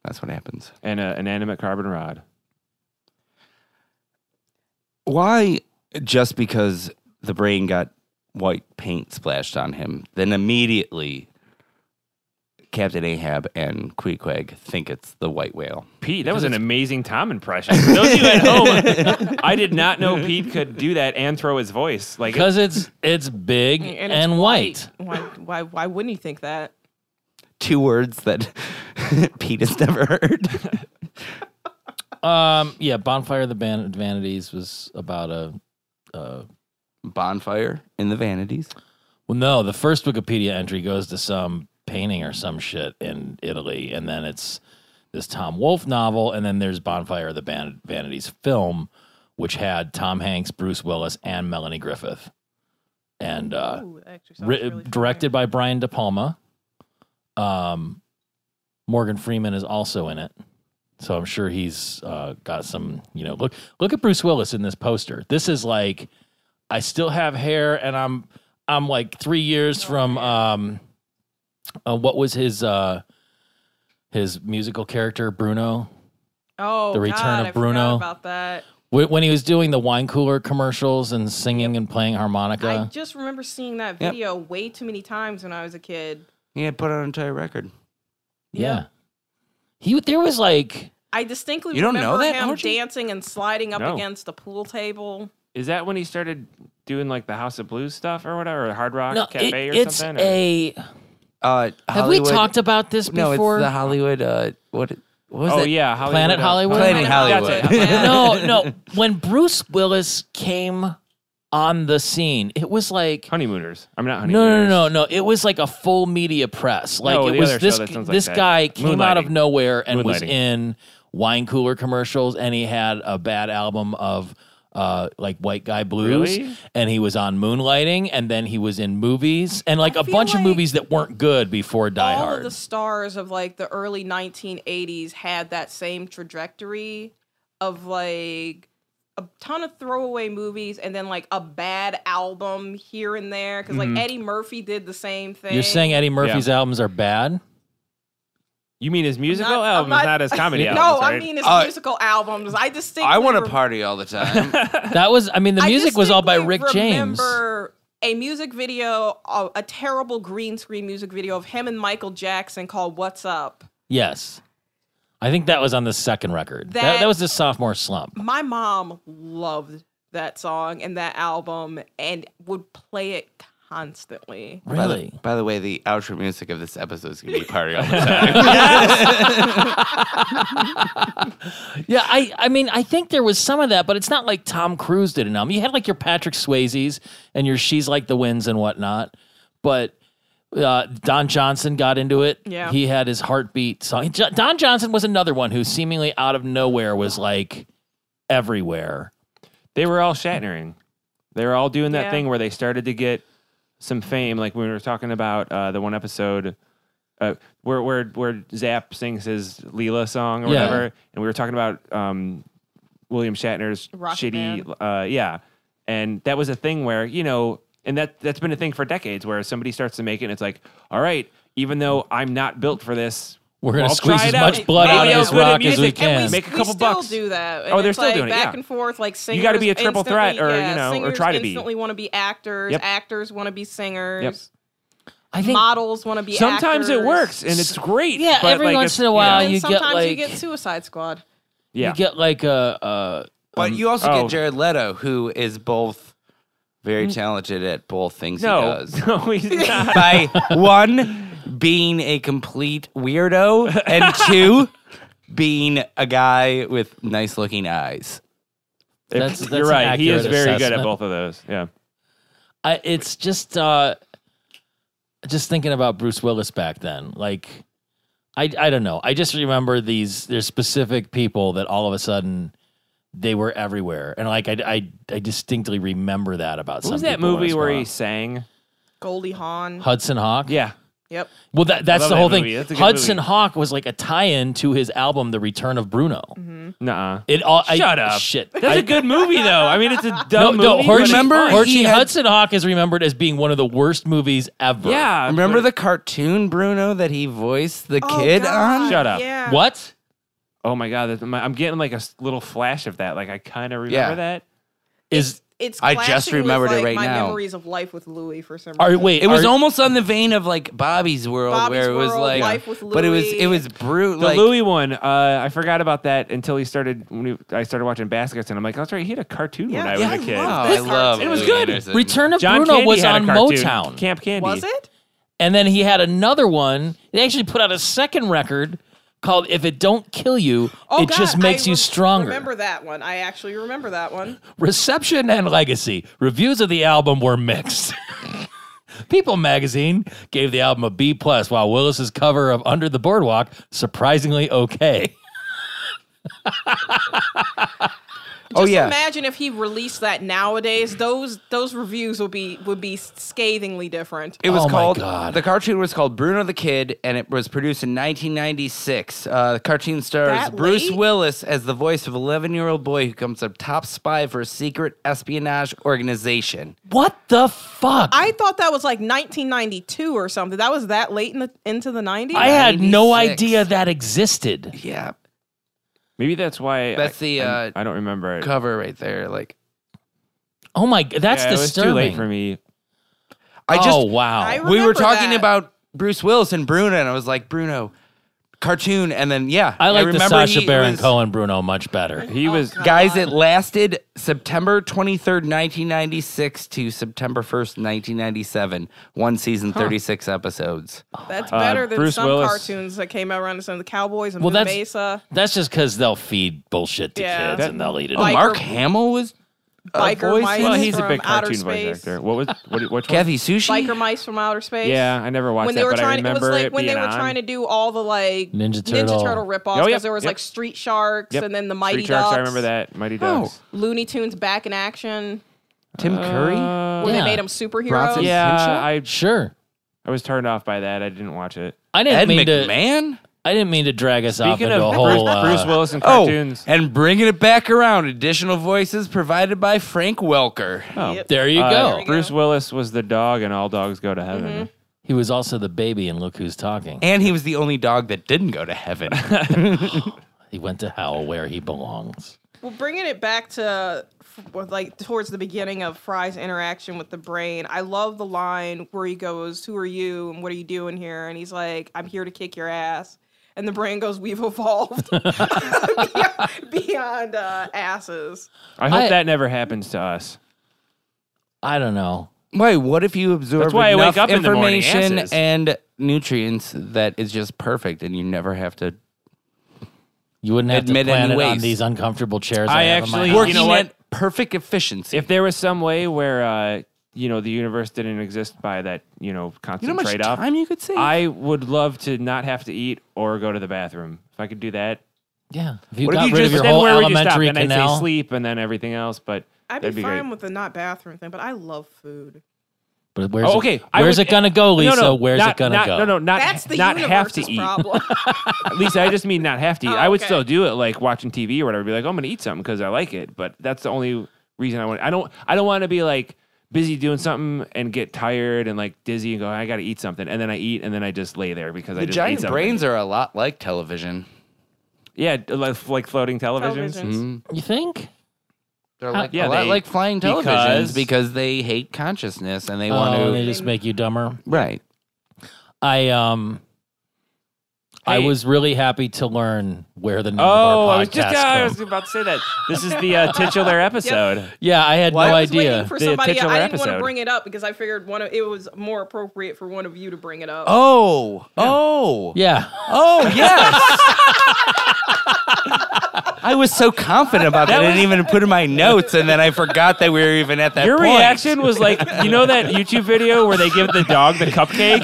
B: That's what happens.
A: and a- an inanimate carbon rod.
B: Why? Just because the brain got white paint splashed on him, then immediately Captain Ahab and Queequeg think it's the white whale.
A: Pete, that was an amazing Tom impression. For those of you at home, I did not know Pete could do that and throw his voice. Like,
C: because it's it's big and,
D: it's
C: white.
D: Why, why why wouldn't you think that?
B: Two words that Pete has never heard.
C: Um, yeah, Bonfire of the Ban- Vanities was about a. Uh,
B: Bonfire in the Vanities.
C: well, no, the first Wikipedia entry goes to some painting or some shit in Italy, and then it's this Tom Wolfe novel, and then there's Bonfire of the Ban- Vanities film, which had Tom Hanks, Bruce Willis, and Melanie Griffith, and uh,
D: Ooh, that actually sounds
C: ri-
D: really familiar.
C: directed by Brian De Palma. Um, Morgan Freeman is also in it, so I'm sure he's uh, got some. You know, look look at Bruce Willis in this poster. This is like, I still have hair, and I'm I'm like three years from um, uh, what was his uh, his musical character Bruno
D: Oh,
C: The Return
D: God,
C: of
D: I forgot
C: Bruno.
D: About that,
C: Wh- when he was doing the wine cooler commercials and singing and playing
D: I
C: harmonica.
D: just remember seeing that
B: Yep.
D: video way too many times when I was a kid.
B: Yeah, put on an entire record.
C: yeah, he there was like.
D: I distinctly
B: You don't know
D: remember
B: that,
D: him
B: Archie?
D: dancing and sliding up
A: No.
D: against the pool table.
A: is that when he started doing like the House of Blues stuff or whatever, or Hard Rock
C: it-
A: Cafe or
C: it's
A: something? or-
C: a.
B: Uh,
C: Have we talked about this
B: No,
C: before?
B: it's the Hollywood. Uh, what? What was
A: oh
B: that?
A: yeah, Hollywood,
C: Planet
A: uh,
C: Hollywood?
B: Planet
A: Hollywood.
B: Hollywood.
A: That's it.
D: Yeah.
C: no, no. When Bruce Willis came on the scene, it was like
A: Honeymooners. I'm not
C: no,
A: honeymooners.
C: no, no, no. It was like a full media press. Like
A: No,
C: it
A: the
C: was
A: other show
C: this
A: that sounds like
C: this
A: that.
C: guy came out of
A: Moonlighting.
C: nowhere and was
A: Moonlighting.
C: in wine cooler commercials, and he had a bad album of. Uh, like white guy blues,
A: Really?
C: and he was on Moonlighting, and then he was in movies, and like
D: I
C: a
D: feel
C: bunch of
D: like
C: movies that weren't good before Die
D: All
C: Hard.
D: of the stars of like the early 1980s had that same trajectory of like a ton of throwaway movies and then like a bad album here and there because
B: Mm-hmm.
D: like Eddie Murphy did the same thing.
C: You're saying Eddie Murphy's albums are bad?
A: You mean his musical
D: Not- I'm
A: albums, not,
D: not-
A: his comedy
D: no,
A: albums?
D: I
A: right?
D: mean his
B: Uh,
D: musical albums. I distinctly
B: I want to
D: rem-
B: party all the time.
C: That was, I mean, the
D: I
C: music was all by Rick
D: distinctly
C: James.
D: Remember a music video, a, a terrible green screen music video of him and Michael Jackson called "What's Up."
C: Yes. I think that was on the second record. That, that,
D: That-
C: was the sophomore slump.
D: My mom loved that song and that album, and would play it constantly.
C: Really?
B: By the way, the outro music of this episode is gonna be party all the time.
C: Yeah, I, I mean, I think there was some of that, but it's not like Tom Cruise did an album. You had like your Patrick Swayze's and your She's Like the Winds and whatnot, but uh, Don Johnson got into it.
D: Yeah.
C: He had his heartbeat song. Jo- Don Johnson was another one who seemingly out of nowhere was like everywhere.
A: they were all Shatnering. They were all doing that
D: Yeah.
A: thing where they started to get some fame. Like we were talking about uh, the one episode uh, where where where Zap sings his Leela song or
C: Yeah.
A: whatever, and we were talking about um, William Shatner's
D: Rocket
A: shitty, uh, yeah. And that was a thing where you know, and that that's been a thing for decades where somebody starts to make it, and it's like, all right, even though I'm not built for this.
C: We're gonna
A: I'll
C: squeeze
A: try
C: as
A: it
C: much blood
A: Maybe
C: out of
A: I'll
C: this
A: put it in
C: rock as we
A: music and
C: can.
A: make a
D: we
A: couple
D: still
A: bucks.
D: do that.
A: Oh,
D: and
A: they're
D: it's
A: still
D: like
A: doing it,
D: back
A: yeah.
D: and forth, like singers.
A: gotta be a triple
D: instantly-
A: threat or,
D: yeah,
A: you know, or
D: singers
A: try to be.
D: Instantly want to be actors.
A: Yep.
D: Actors want to be singers.
C: I think
D: Models want to be.
A: Sometimes it
D: actors.
A: works and it's great.
C: Yeah,
A: but,
C: every
A: like,
C: once
A: it's-
C: in a
A: you
C: while
A: know,
D: And
C: you get,
D: sometimes you
C: like-
D: get Suicide Squad.
A: yeah.
C: you get like a. a
B: But you also
A: oh.
B: get Jared Leto, who is both very talented at both things he
A: no,
B: does.
A: no, he's not.
B: By one, being a complete weirdo, and two, being a guy with nice looking eyes.
A: If-
C: That's- that's
A: you're
C: an
A: right. He is
C: accurate
A: very good at
C: assessment.
A: both of those. Yeah.
C: I, it's just uh, just thinking about Bruce Willis back then. Like, I I don't know. I just remember these. There's specific people that all of a sudden they were everywhere, and like I I, I distinctly remember that about.
A: What
C: some
A: was that
C: people when I
A: movie where
C: growing
A: he
C: up.
A: sang?
D: Goldie Hawn.
C: Hudson Hawk?
A: Yeah.
D: Yep.
C: Well, that that's
A: love
C: the whole
A: that
C: thing.
A: movie. That's a good
C: Hudson
A: movie.
C: Hawk was like a tie-in to his album, The Return of Bruno.
D: Mm-hmm.
A: Nuh-uh.
C: It all I-
A: Shut up.
C: Shit.
A: That's a good movie though. I mean, it's a
C: no,
A: dumb movie.
C: no.
A: but
C: Horchie,
A: it's
B: Remember
A: fun.
B: Hor- he
C: Horchie
B: had-
C: Hudson Hawk is remembered as being one of the worst movies ever.
A: yeah.
B: Remember the cartoon Bruno that he voiced the kid on?
A: Shut up.
D: Oh, Yeah.
C: What?
A: Oh my god, that's my, I'm getting like a s- little flash of that. Like I kind of remember
B: Yeah.
A: that.
C: Is
D: It's
B: I just
D: clashing with,
B: remembered it
D: like,
B: right
D: my
B: now.
D: memories of life with Louis for some
C: are
D: reason.
C: wait?
B: It was
C: are-
B: almost on the vein of like Bobby's World,
D: Bobby's
B: where it was
D: World,
B: like,
D: Life with
B: but it was
D: Louie.
B: it was brutal.
A: The
B: Like,
A: Louis one, uh, I forgot about that until he started. When he- I started watching Baskets, and I'm like, that's right, he had a cartoon when
D: Yeah.
A: I was
B: yeah,
A: a kid.
B: wow,
C: Oh,
B: I
D: His
B: love
D: cartoon.
A: It was
B: Louie
A: good.
B: Anderson.
C: Return of
A: John
C: Bruno
A: Candy
C: was
A: had a
C: on
A: cartoon.
C: Motown,
A: Camp Candy.
D: Was it?
C: and then he had another one. They actually put out a second record called "If It Don't Kill You,
D: Oh,
C: It
D: God,
C: Just
D: I
C: Makes You
D: re-
C: Stronger."
D: Remember that one? I actually remember that one.
C: Reception and legacy reviews of the album were mixed. People magazine gave the album a B plus, while Willis's cover of Under the Boardwalk surprisingly okay.
B: Oh
D: Just
B: yeah,
D: Imagine if he released that nowadays. Those those reviews would be would be scathingly different.
B: It was
C: Oh my
B: called
C: God.
B: the cartoon was called Bruno the Kid, and it was produced in 1996. Uh, the cartoon stars
D: That
B: Bruce
D: late?
B: Willis as the voice of an 11 year old boy who becomes a top spy for a secret espionage organization.
C: What the fuck?
D: I thought that was like 1992 or something. That was that late in the into the 90s.
C: I had no
B: 96.
C: idea that existed.
B: Yeah,
A: Maybe that's why.
B: That's
A: I,
B: the,
A: I'm-
B: uh,
A: I don't remember it.
B: cover right there. Like
C: Oh my, g- that's
A: yeah, it was
C: disturbing.
A: too late for me.
B: I just
C: oh wow.
D: I
B: we were
D: remember
B: talking
D: that.
B: about Bruce Willis and Bruno, and I was like Bruno cartoon, and then yeah,
C: I like the
B: remember
C: Sasha
B: he
C: Baron
B: was-
C: Cohen Bruno much better.
D: Oh,
A: He was.
B: Guys, it lasted September 23rd, 1996 to September 1st, 1997. One season, 36 episodes.
D: That's
A: Uh,
D: better than
A: Bruce
D: some
A: Willis.
D: cartoons that came out around the time. The Cowboys and
C: Well,
D: well,
C: that's-
D: Mesa,
C: That's just because they'll feed bullshit to
D: Yeah.
C: kids
A: That-
C: and they'll eat it.
B: Oh,
C: up.
D: Biker-
B: Mark Hamill was a
D: Biker
B: voice
D: Mike.
B: in
A: Well,
B: it?
A: he's a
D: from
A: big
D: outer
A: cartoon voice
D: space.
A: actor. What was what? Which one?
B: Kathy Sushi.
D: Biker Mice from Outer Space.
A: Yeah, I never watched
D: When
A: that,
D: they were
A: but I
D: trying, it was
A: remember
D: like
A: it
D: when
A: being
D: they were
A: on.
D: trying to do all the like
C: Ninja Turtle.
D: Ninja Turtle ripoffs
A: Oh,
D: because
A: yep,
D: there was
A: yep.
D: like Street Sharks
A: Yep.
D: and then the Mighty
A: Street Sharks.
D: Ducks.
A: I remember that Mighty Ducks. Oh,
D: Looney Tunes Back in Action.
B: Tim Curry.
A: Uh,
D: When
C: Yeah.
D: they made them superheroes.
B: Bronson-
A: yeah,
B: Hinshaw?
A: I
C: Sure.
A: I was turned off by that. I didn't watch it.
C: I didn't
B: Ed
C: mean to.
B: McMahon.
C: I didn't mean to drag us off
A: Speaking
C: into a
A: of Bruce,
C: whole. uh,
A: Bruce Willis and
B: Oh,
A: cartoons,
B: and bringing it back around. Additional voices provided by Frank Welker.
A: Oh.
D: Yep.
C: there you
A: uh,
C: go.
A: Bruce
D: go.
A: Willis was the dog, and all dogs go to heaven.
C: He was also the baby, and look who's talking.
B: And he was the only dog that didn't go to heaven.
C: He went to hell where he belongs.
D: Well, bringing it back to f- with, like towards the beginning of Fry's interaction with the brain, I love the line where he goes, "Who are you and what are you doing here?" And he's like, "I'm here to kick your ass." And the brain goes, "We've evolved beyond, beyond, uh, asses."
A: I hope
C: I-
A: that never happens to us.
C: I don't know.
B: Why? What if you absorb
A: That's why I wake
B: enough
A: up in the morning,
B: information
A: asses.
B: and nutrients that is just perfect, and you never have to
C: You wouldn't have
B: Admit
C: to plan
B: any
C: it on
B: waste.
C: these uncomfortable chairs.
A: I
C: I, have in my
A: actually-
C: house.
A: Work-
B: working
A: you know what?
B: at perfect efficiency.
A: If there was some way where uh, you know the universe didn't exist by that you know
B: you know
A: constant
B: how much
A: trade off,
B: time you could save.
A: I would love to not have to eat or go to the bathroom. If I could do that,
C: Yeah. If you
A: What if
C: got
A: you
C: rid
A: just-
C: of your
A: then
C: whole
A: where would you stop?
C: elementary
A: Then I'd
C: canal,
A: say sleep and then everything else. But
D: I'd be
A: that'd be
D: fine
A: great.
D: with the not bathroom thing, but I love food.
C: but where's
A: Oh,
C: It,
A: okay, I
C: where's
A: would-
C: it gonna go,
A: No,
C: Lisa?
A: no,
C: where's
A: not-
C: it gonna
A: not-
C: go?
A: No, no, not
D: That's the
A: not have to
D: universe's
A: eat.
D: problem.
A: Lisa, I just mean not have to eat.
D: Oh,
A: I would
D: okay.
A: still do it, like watching TV or whatever. Be like, "Oh, I'm gonna eat something because I like it. But that's the only reason I want. I don't. I don't want to be like busy doing something and get tired and like dizzy and go. I got to eat something, and then I eat and then I just lay there because I
B: the
A: just ate
B: giant
A: something.
B: brains are a lot like television.
A: Yeah, like, like floating televisions.
D: Televisions.
C: You think?
B: Mm-hmm. They're like
A: yeah,
B: a lot
A: they-
B: like flying televisions
A: because-
B: because, they hate consciousness and they
C: Oh,
B: want to.
C: they just make you dumber.
B: right.
C: I um I
A: Hey.
C: was really happy to learn where the name
A: Oh,
C: of Mm, our podcast
A: I was just. I
C: comes.
A: was about to say that. This is the uh, titular episode.
C: Yeah, I had
D: I
C: no
D: was waiting
C: idea.
D: for
A: The
D: somebody.
A: titular
D: I didn't want to
A: episode.
D: bring it up because I figured one of it was more appropriate for one of you to bring it up.
B: Oh. Oh.
C: yeah.
B: Oh yes. I was so confident about that. I didn't even put in my notes, and then I forgot that we were even at that
A: Your
B: point.
A: reaction was like, you know that YouTube video where they give the dog the cupcake?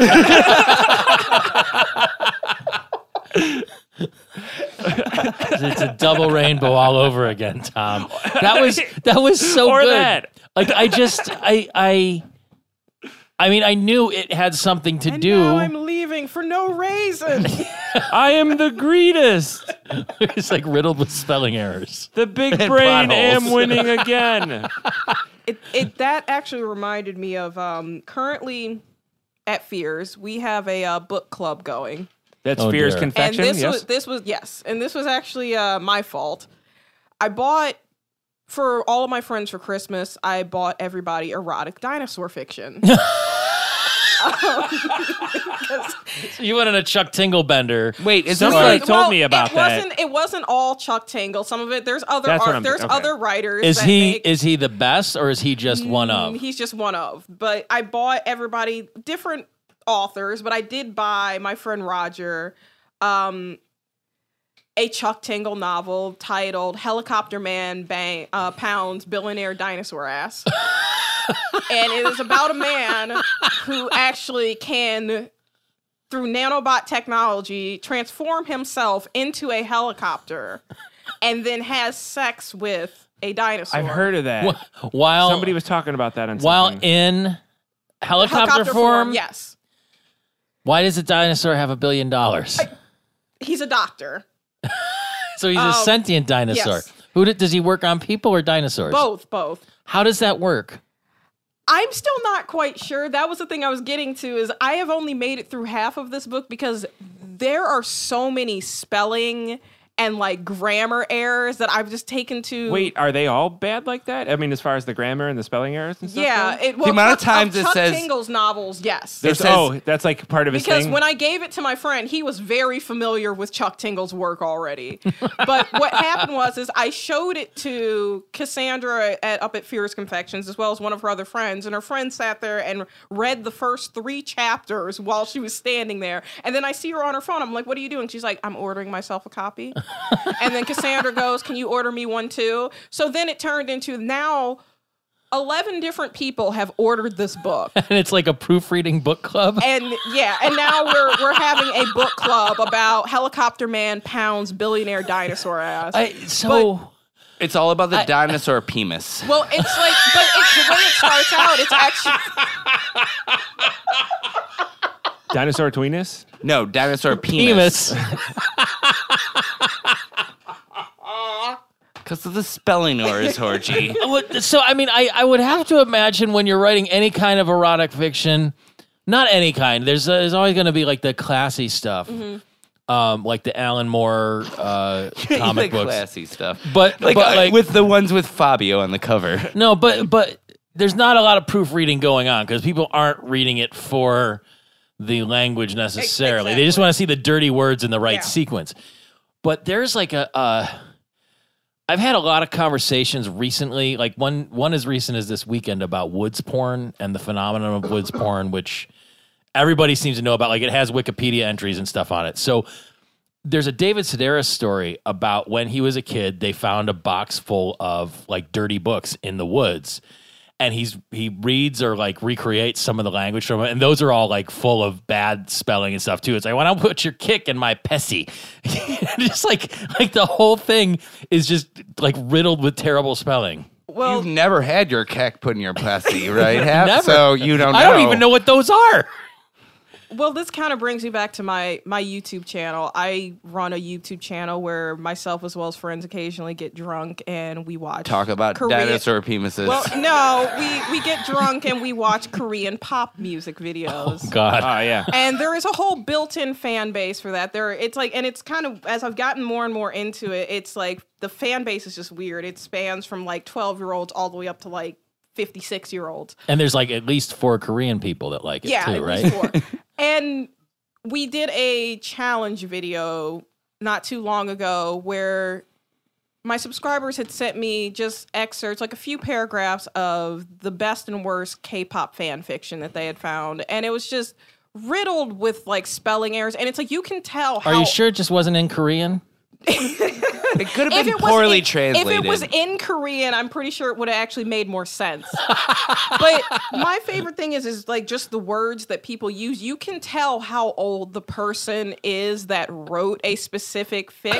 C: it's a double rainbow all over again, Tom. That was that was so
A: Or
C: good.
A: that.
C: Like I just I I I mean I knew it had something to
D: and
C: do.
D: now I'm leaving for no reason.
A: I am the greatest.
C: it's like riddled with spelling errors.
A: The big brain am
C: potholes.
A: winning again.
D: it, it that actually reminded me of um, currently at Fears we have a uh, book club going,
A: That's
C: Oh,
A: Fear's
C: dear.
A: confection.
D: and this
A: yes.
D: was this was yes, and this was actually uh, my fault. I bought for all of my friends for Christmas. I bought everybody erotic dinosaur fiction.
C: You went on a Chuck Tingle bender.
B: Wait, is this
A: Somebody
B: like
A: told me about
D: it
A: that.
D: Wasn't, it wasn't all Chuck Tangle. Some of it. There's other
A: That's what
D: art,
A: I'm-
D: there's
A: okay.
D: other writers.
C: Is
D: that
C: he
D: make-
C: is he the best or is he
D: Mm,
C: just one of?
D: He's just one of. But I bought everybody different authors, but I did buy my friend Roger um a Chuck Tingle novel titled Helicopter Man Bang uh, Pounds Billionaire Dinosaur Ass. and it is about a man who actually can through nanobot technology transform himself into a helicopter and then has sex with a dinosaur.
A: I've heard of that.
C: While
A: Somebody was talking about that on
C: while
A: something.
C: in helicopter, form,
D: yes.
C: why does a dinosaur have a billion dollars?
D: he's a doctor.
C: So he's a
D: Um,
C: sentient dinosaur.
D: yes.
C: Who did, does he work on? People or dinosaurs?
D: Both, both.
C: How does that work?
D: I'm still not quite sure. That was the thing I was getting to is I have only made it through half of this book because there are so many spelling and like grammar errors that I've just taken to
A: Wait, are they all bad like that? I mean, as far as the grammar and the spelling errors and stuff?
D: Yeah,
A: go?
D: it, well,
B: amount of
D: Chuck-
B: times it
D: Chuck
B: says-
D: Tingle's novels, yes.
A: There's,
B: says-
A: oh, that's like part of his
D: because
A: thing.
D: when I gave it to my friend, he was very familiar with Chuck Tingle's work already. but what happened was is I showed it to Cassandra at up at Fierce Confections as well as one of her other friends, and her friend sat there and read the first three chapters while she was standing there. And then I see her on her phone. I'm like, "What are you doing?" She's like, "I'm ordering myself a copy." and then Cassandra goes, "Can you order me one too?" So then it turned into now. 11 different people have ordered this book
C: And it's like a proofreading book club.
D: and yeah, and now we're we're having a book club about helicopter man pounds billionaire dinosaur ass.
C: I, so
B: it's all about the dinosaur penis.
D: well, it's like, but it, the way it starts out, it's actually
A: Dinosaur tweenus?
B: No, dinosaur penis.
C: Emus.
B: Because of the spelling errors, Horgy.
C: What- so I mean, I, I would have to imagine when you're writing any kind of erotic fiction, not any kind. There's uh, there's always going to be like the classy stuff,
B: Mm-hmm.
C: um, like the Alan Moore uh, comic
B: the
C: books.
B: classy stuff.
C: But
B: Like,
C: but
B: uh,
C: like
B: with the ones with Fabio on the cover.
C: No, but but there's not a lot of proofreading going on because people aren't reading it for the language necessarily. They just
D: exactly.
C: want to see the dirty words in the right
D: Yeah.
C: sequence. But there's like a, a uh, I've had a lot of conversations recently, like one one as recent as this weekend about woods porn and the phenomenon of woods porn, which everybody seems to know about. Like it has Wikipedia entries and stuff on it. So there's a David Sedaris story about when he was a kid, they found a box full of like dirty books in the woods. And he's he reads or like recreates some of the language from it. And those are all like full of bad spelling and stuff too. It's like, when I put your kick in my pessy. just like like the whole thing is just like riddled with terrible spelling.
D: Well,
B: You've never had your keck put in your pussy, right? Hap?
C: Never.
B: So you don't know.
C: I don't even know what those are.
D: Well, this kind of brings me back to my my YouTube channel. I run a YouTube channel where myself as well as friends occasionally get drunk and we watch
B: Talk about
D: Korean-
B: dinosaur penises.
D: Well, no, we we get drunk and we watch Korean pop music videos.
C: God.
A: Oh yeah.
D: and there is a whole built-in fan base for that. There, it's like, and it's kind of as I've gotten more and more into it, it's like the fan base is just weird. It spans from like twelve-year-olds all the way up to like fifty-six-year-olds.
C: And there's like at least four Korean people that like it
D: yeah,
C: too,
D: at
C: right?
D: least four. and we did a challenge video not too long ago where my subscribers had sent me just excerpts, like a few paragraphs of the best and worst K-pop fan fiction that they had found, and it was just riddled with like spelling errors. And it's like you can tell.
C: Are
D: How
C: you sure it just wasn't in Korean?
B: it could have
D: If
B: been
D: it was
B: poorly
D: in,
B: translated.
D: If it was in Korean, I'm pretty sure it would have actually made more sense. but my favorite thing is is like just the words that people use. You can tell how old the person is that wrote a specific fic.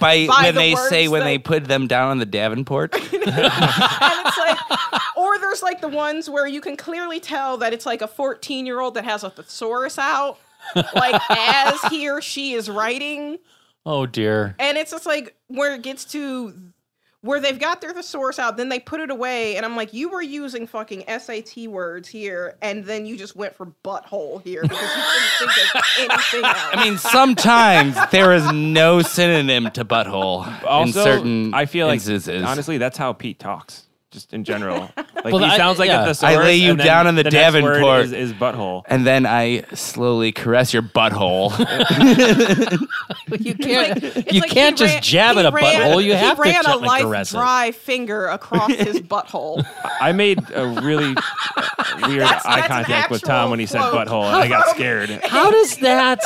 B: by,
D: by
B: when
D: the
B: they
D: words
B: say when
D: that-
B: they put them down on the Davenport.
D: and it's like or there's like the ones where you can clearly tell that it's like a 14 year old that has a thesaurus out. like as he or she is writing.
C: Oh dear.
D: And it's just like where it gets to where they've got their thesaurus out, then they put it away, and I'm like, you were using fucking SAT words here, and then you just went for butthole here because you couldn't think of anything else.
B: I mean, sometimes there is no synonym to butthole in
A: Also,
B: certain
A: I feel like
B: instances.
A: honestly, that's how Pete talks, just in general. Like
C: Well,
A: he
C: I-
A: sounds like
C: yeah. I
A: a thesaurus.
B: lay you
A: and then
B: down on the
A: next word
B: Davenport.
A: is, is butthole.
B: and then I slowly caress your butthole.
D: you can't.
C: you can't just jab at a butthole. You have to
D: He ran a
C: gently
D: life
C: caress it.
D: dry finger across his butthole.
A: I made a really uh, weird
D: That's-
A: eye
D: that's an
A: contact with Tom when he said
D: actual quote.
A: butthole, and I got scared.
C: How does that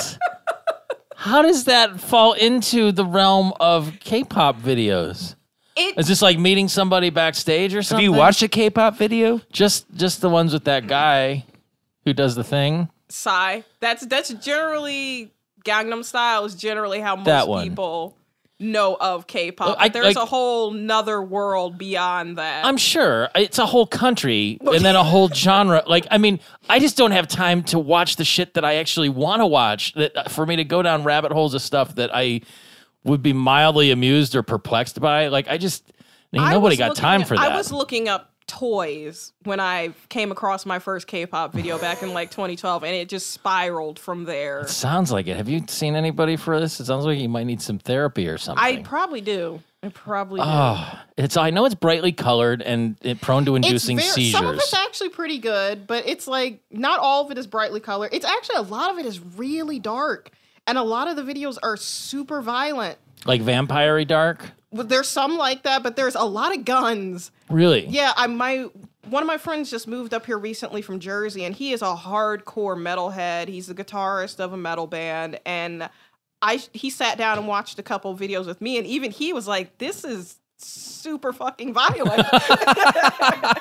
C: how does that fall into the realm of K-pop videos?
D: It
C: Is this like meeting somebody backstage or
B: Have
C: something?
B: you watched a K-pop video?
C: just just the ones with that guy who does the thing?
D: sigh. That's that's generally Gangnam Style is generally how
C: That
D: most
C: one.
D: people know of K-pop.
C: Well, I-
D: but there's
C: I-
D: a whole nother world beyond that.
C: I'm sure it's a whole country and then a whole genre. Like, I mean, I just don't have time to watch the shit that I actually want to watch. That uh, for me to go down rabbit holes of stuff that I would be mildly amused or perplexed by. Like, I just ain't
D: I
C: nobody
D: was
C: got
D: looking
C: time
D: at-
C: for that.
D: I was looking up toys when I came across my first K-pop video back in like 2012, and it just spiraled from there.
C: sounds like it. Have you seen anybody for this? It sounds like you might need some therapy or something.
D: I probably do. I probably do.
C: oh, it's I know it's brightly colored and it, prone to inducing
D: ver-
C: seizures.
D: Some of it's actually pretty good, but it's like not all of it is brightly colored. It's actually a lot of it is really dark, and a lot of the videos are super violent.
C: like vampire dark.
D: But There's some like that, but there's a lot of guns.
C: Really?
D: Yeah, I my one of my friends just moved up here recently from Jersey, and he is a hardcore metalhead. He's the guitarist of a metal band, and I he sat down and watched a couple videos with me, and even he was like, "This is." super fucking violent like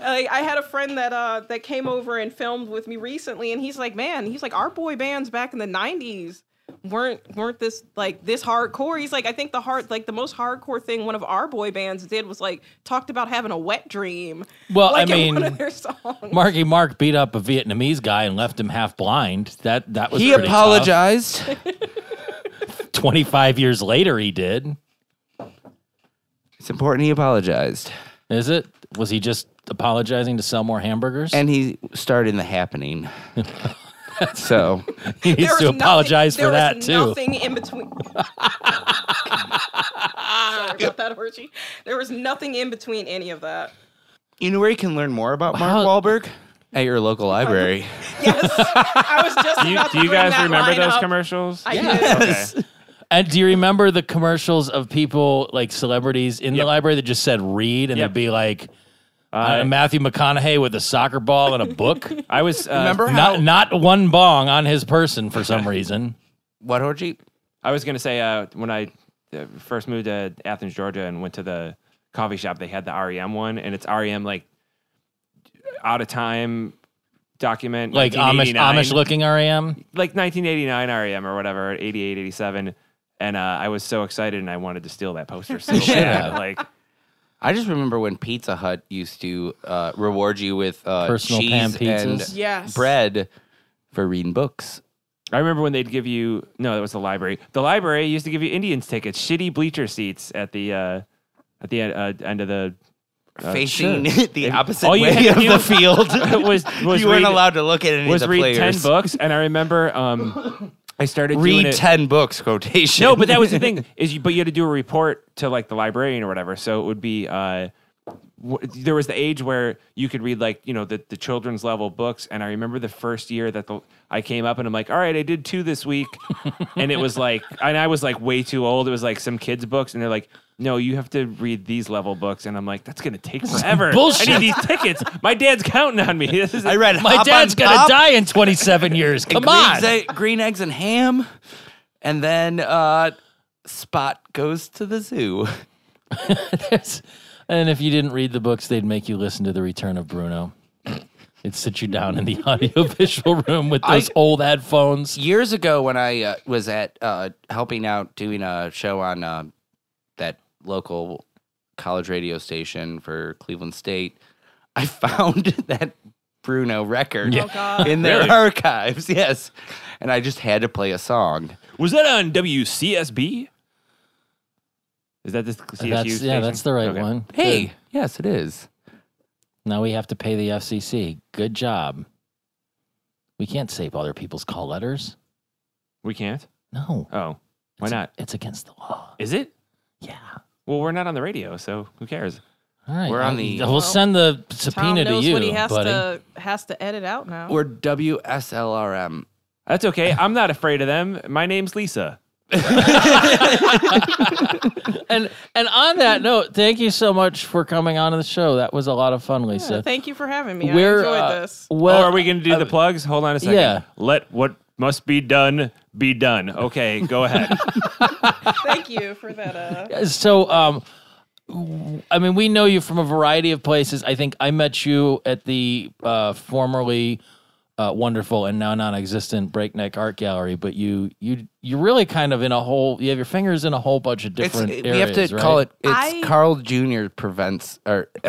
D: i had a friend that uh that came over and filmed with me recently and he's like man he's like our boy bands back in the 90s weren't weren't this like this hardcore he's like i think the hard like the most hardcore thing one of our boy bands did was like talked about having a wet dream
C: Well,
D: like
C: Uh, I
D: in one
C: mean,
D: of their songs
C: Marky Mark beat up a Vietnamese guy and left him half blind. That that was
B: He
C: pretty
B: apologized.
C: tough. Twenty five years later, he did.
B: It's important he apologized,
C: Is it? Was he just apologizing to sell more hamburgers?
B: and he starred in the happening. so
C: he needs
D: There
C: to
D: was nothing-
C: apologize for
D: there
C: that
D: was
C: too.
D: nothing in between sorry about that Archie. there was nothing in between any of that
B: you know where you can learn more about Mark
C: Wow.
B: Wahlberg at your local library.
D: yes i was just
A: Do you,
D: about
A: do
D: to
A: you
D: bring
A: guys
D: that
A: remember
D: line
A: those
D: up.
A: commercials?
D: I
A: Okay.
D: did.
B: Yes.
C: And do you remember the commercials of people like celebrities in the
A: Yep.
C: library that just said read and
A: Yep.
C: they'd be like uh,
A: Uh,
C: Matthew McConaughey with a soccer ball and a book?
A: I was uh,
B: Remember how
C: not not one bong on his person for some reason.
B: what orgy?
A: I was gonna say uh, when I uh, first moved to Athens, Georgia, and went to the coffee shop, they had the REM one, and it's REM like out of time document,
C: Like Amish
A: 1989.
C: Amish looking E RAM.
A: like 1989 REM E or whatever, 88, 87. And uh, I was so excited, and I wanted to steal that poster so bad. Like,
B: I just remember when Pizza Hut used to uh, reward you with uh,
C: Personal
B: cheese
C: pan
B: and
C: pizzas.
D: Yes.
B: bread for reading books.
A: I remember when they'd give you no, that was the library. The library used to give you Indians tickets, shitty bleacher seats at the uh, at the uh, end of the.
B: Uh, Facing the opposite
A: all you
B: way
A: had
B: of
A: to
B: the
A: do
B: field.
A: was was
B: you weren't
A: read-
B: allowed to look at any
A: was
B: of the
A: read
B: players.
A: ten books, and I remember um, I started doing
B: Read
A: it.
B: ten books quotation.
A: No, but that was the thing is, you, but you had to do a report to like the librarian or whatever. So it would be uh, w- there was the age where you could read like you know the the children's level books, and I remember the first year that the I came up and I'm like, all right, I did two this week, and it was like, and I was like way too old. It was like some kids books, and they're like. No, you have to read these level books, and I'm like, that's gonna take forever.
C: Bullshit.
A: I need these tickets. My dad's counting on me. This is
B: I read.
C: My
B: Hop
C: dad's
B: on
C: gonna
B: Pop,
C: die in 27 years. Come
B: green
C: on.
B: ze- green eggs and ham, and then uh, Spot goes to the zoo.
C: Yes. and if you didn't read the books, they'd make you listen to The Return of Bruno. They'd sit you down in the audiovisual room with those
B: I-
C: old headphones.
B: Years ago, when I uh, was at uh, helping out doing a show on uh, that local college radio station for Cleveland State, I found that Bruno record
D: Oh God.
B: in their archives. Yes, and I just had to play a song.
A: Was that on WCSB? Is that the CSU?
C: That's, yeah,
A: station?
C: that's the right
A: Okay.
C: one.
B: Hey,
C: Good.
B: yes, it is.
C: Now we have to pay the FCC. Good job. We can't save other people's call letters.
A: We can't.
C: No.
A: Oh, why
C: It's-
A: not?
C: It's against the law.
A: Is it?
C: Yeah.
A: Well, we're not on the radio, so who cares?
C: All right.
B: We're on
C: I-
B: the-
C: We'll send the subpoena
D: Tom knows
C: to you,
D: what he has
C: buddy.
D: to has to edit out now.
B: Or WSLRM.
A: That's okay. I'm not afraid of them. My name's Lisa.
C: And and on that note, thank you so much for coming on to the show. That was a lot of fun,
D: Yeah,
C: Lisa.
D: Thank you for having me.
C: We're,
D: I enjoyed
C: uh,
D: this.
A: Well,
C: Well,
A: oh,
C: uh,
A: are we going to do the plugs? Hold on a second.
C: yeah.
A: Let what must be done be done. Okay, go ahead.
D: Thank you for that. Uh,
C: so um I mean, we know you from a variety of places. I think I met you at the uh, formerly uh, wonderful and now non-existent Breakneck Art Gallery, but you you you're really kind of in a whole. You have your fingers in a whole bunch
B: It's,
C: of different.
B: we have to
C: areas, right?
B: call it. It's
D: I-
B: Carl Jr. prevents or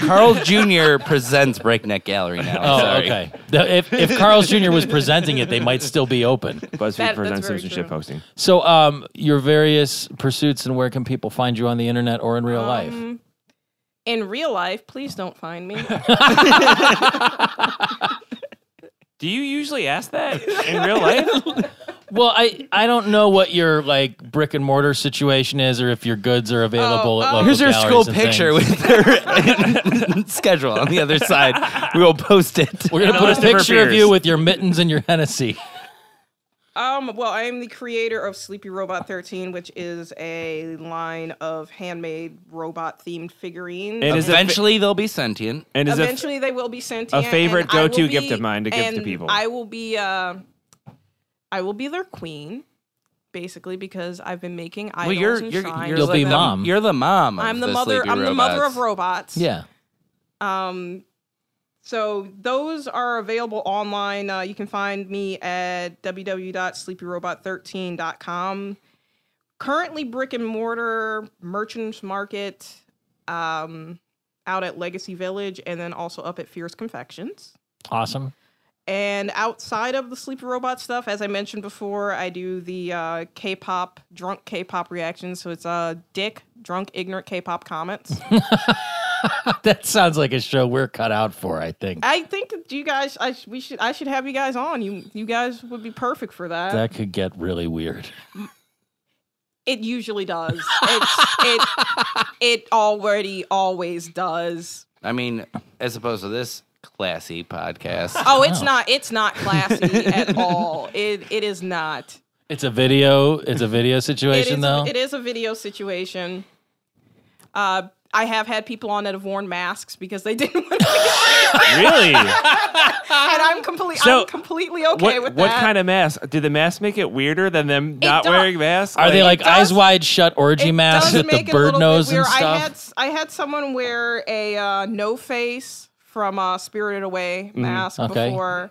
B: Carl Jr. presents Breakneck Gallery now.
C: Oh,
B: I'm sorry.
C: okay. The- if if Carl's Jr. was presenting it, they might still be open.
A: BuzzFeed
D: That-
A: presents
D: that's very
A: some shit
D: true.
A: posting.
C: So, um, your various pursuits and where can people find you on the internet or in real life?
D: um, in real life, please don't find me.
A: Do you usually ask that in real life?
C: Well, I I don't know what your like brick and mortar situation is, or if your goods are available.
D: Oh,
C: at
D: oh.
C: local
B: Here's your
C: galleries
B: school
C: and
B: picture
C: things.
B: with their schedule on the other side. We will post it.
C: We're gonna
A: And a
C: put a
A: list of her
C: picture of
A: beers.
C: you with your mittens and your Hennessy.
D: Um, well, I am the creator of Sleepy Robot 13, which is a line of handmade robot themed figurines.
A: And is it-
B: Eventually, they'll be sentient.
A: And is it
D: Eventually, they will be sentient. and
A: favorite
D: I will
A: go-to gift
D: be-
A: of mine to give to
D: and
A: people.
D: I will be, uh, I will be their queen, basically, because I've been making idols
B: Well, you're
D: and
B: you're,
D: shrines.
B: you're
C: You'll
D: for
C: be
B: the,
D: them.
C: mom.
B: You're the mom. Of
D: I'm the,
B: the
D: mother.
B: Sleepy
D: I'm the mother of
B: Robots.
D: robots.
C: Yeah.
D: Um, so those are available online. Uh, you can find me at www.sleepyrobot13.com. Currently, brick and mortar merchants market um, out at Legacy Village, and then also up at Fierce Confections.
C: Awesome.
D: And outside of the Sleepy Robot stuff, as I mentioned before, I do the uh, K-pop drunk K-pop reactions. So it's uh, Dick drunk ignorant K-pop comments.
C: That sounds like a show we're cut out for. I think
D: I think that you guys, I sh- we should, I should have you guys on. You, you guys would be perfect for that.
C: that could get really weird.
D: It usually does. It's, it, it already always does.
B: I mean, as opposed to this classy podcast.
D: Uh, Oh, it's not, it's not classy at all. It, it is not.
C: It's a video. It's a video situation,
D: it is,
C: though.
D: It is a video situation. Uh, I have had people on that have worn masks because they didn't want to.
A: Really?
D: and I'm completely,
A: So,
D: I'm completely okay
A: what
D: with
A: what
D: that.
A: kind of mask? Did the mask make it weirder than them not
D: does.
A: wearing masks?
C: Are they like
D: does-
C: eyes wide shut orgy
D: It
C: masks
D: does
C: with the
D: make it a
C: bird
D: little bit
C: nose and
D: weird.
C: stuff?
D: I had, s- I had someone wear a uh, no face from uh, Spirited Away mask
C: Okay.
D: before.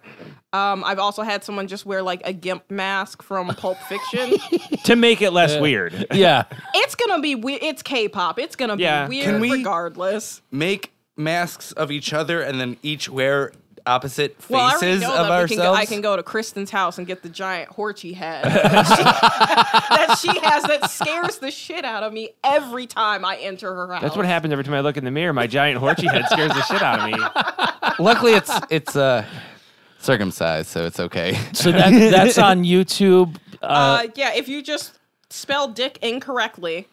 D: Um, I've also had someone just wear like a gimp mask from Pulp Fiction.
A: to make it
C: uh,
A: less weird?
C: yeah.
D: it's gonna be weird. It's K-pop. It's gonna
A: Yeah.
D: be weird
B: Can we-
D: regardless.
B: Make masks of each other and then each wear opposite faces
D: Well, I already know
B: of
D: that we
B: ourselves.
D: can go, I can go to Kristen's house and get the giant Horchie head that she, that she has that scares the shit out of me every time I enter her house.
A: That's what happens every time I look in the mirror. My giant Horchie head scares the shit out of me.
B: Luckily, it's it's uh, circumcised, so it's okay.
C: So that that's on YouTube. Uh,
D: Uh, yeah, if you just spell dick incorrectly,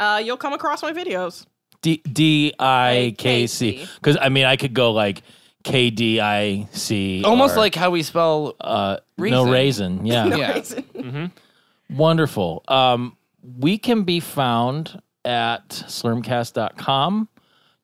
D: uh, you'll come across my videos.
C: D D I K C. Because I mean, I could go like K D I C.
B: Almost
C: or,
B: like how we spell um,
C: uh,
B: raisin.
C: no raisin. Yeah.
B: yeah.
C: Wonderful. Um, we can be found at slurmcast.com.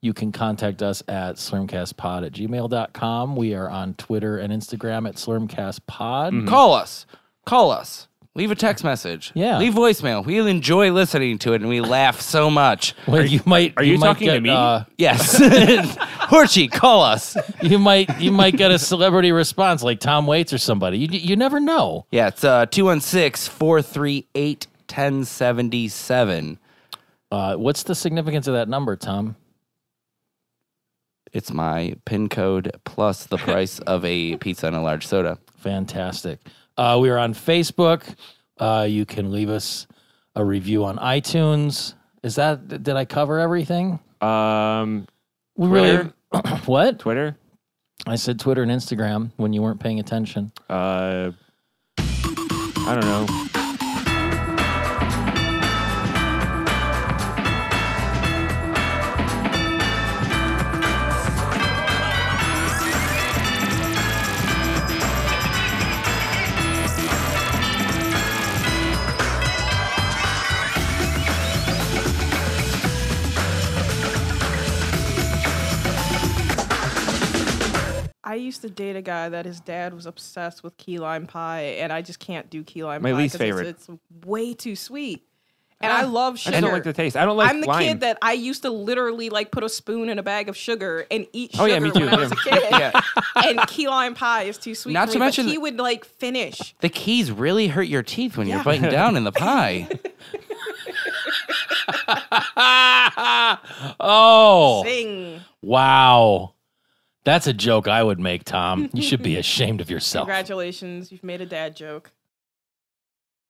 C: You can contact us at slurmcastpod at gmail.com. We are on Twitter and Instagram at slurmcastpod.
A: Mm-hmm.
B: Call us. Call us. Leave a text message.
C: Yeah.
B: Leave voicemail. We enjoy listening to it and we laugh so much.
C: Well, you, might.
A: are you
C: might
A: talking to
C: get,
A: me?
C: uh,
B: Yes. Horchie, call us.
C: you might. You might get a celebrity response like Tom Waits or somebody. You you never know.
B: Yeah, it's uh 216 438 1077.
C: Uh, what's the significance of that number, Tom?
B: It's my pin code plus the price of a pizza and a large soda.
C: Fantastic. Uh, we are on Facebook. Uh, you can leave us a review on iTunes. Is that did I cover everything?
A: Um,
C: We
A: Twitter?
C: really what?
A: Twitter.
C: I said Twitter and Instagram when you weren't paying attention.
A: Uh, I don't know.
D: I used to date a guy that his dad was obsessed with key lime pie, and I just can't do key lime
A: My
D: pie.
A: least
D: 'cause it's-
A: favorite. Ah.
D: It's, way too sweet. And I love
A: I
D: sugar.
A: just don't like the taste. I don't like
D: I'm the
A: lime.
D: kid that I used to literally like put a spoon in a bag of sugar and eat sugar
A: Oh, yeah, me too,
D: when I was a kid.
B: Yeah.
D: And key lime pie is too sweet.
B: Not
D: for
B: to
D: me, but
B: mention-
D: he would like finish.
B: The keys really hurt your teeth when you're biting down in the pie.
C: Oh
D: Zing.
C: wow, that's a joke I would make, Tom. You should be ashamed of yourself.
D: Congratulations, you've made a dad joke.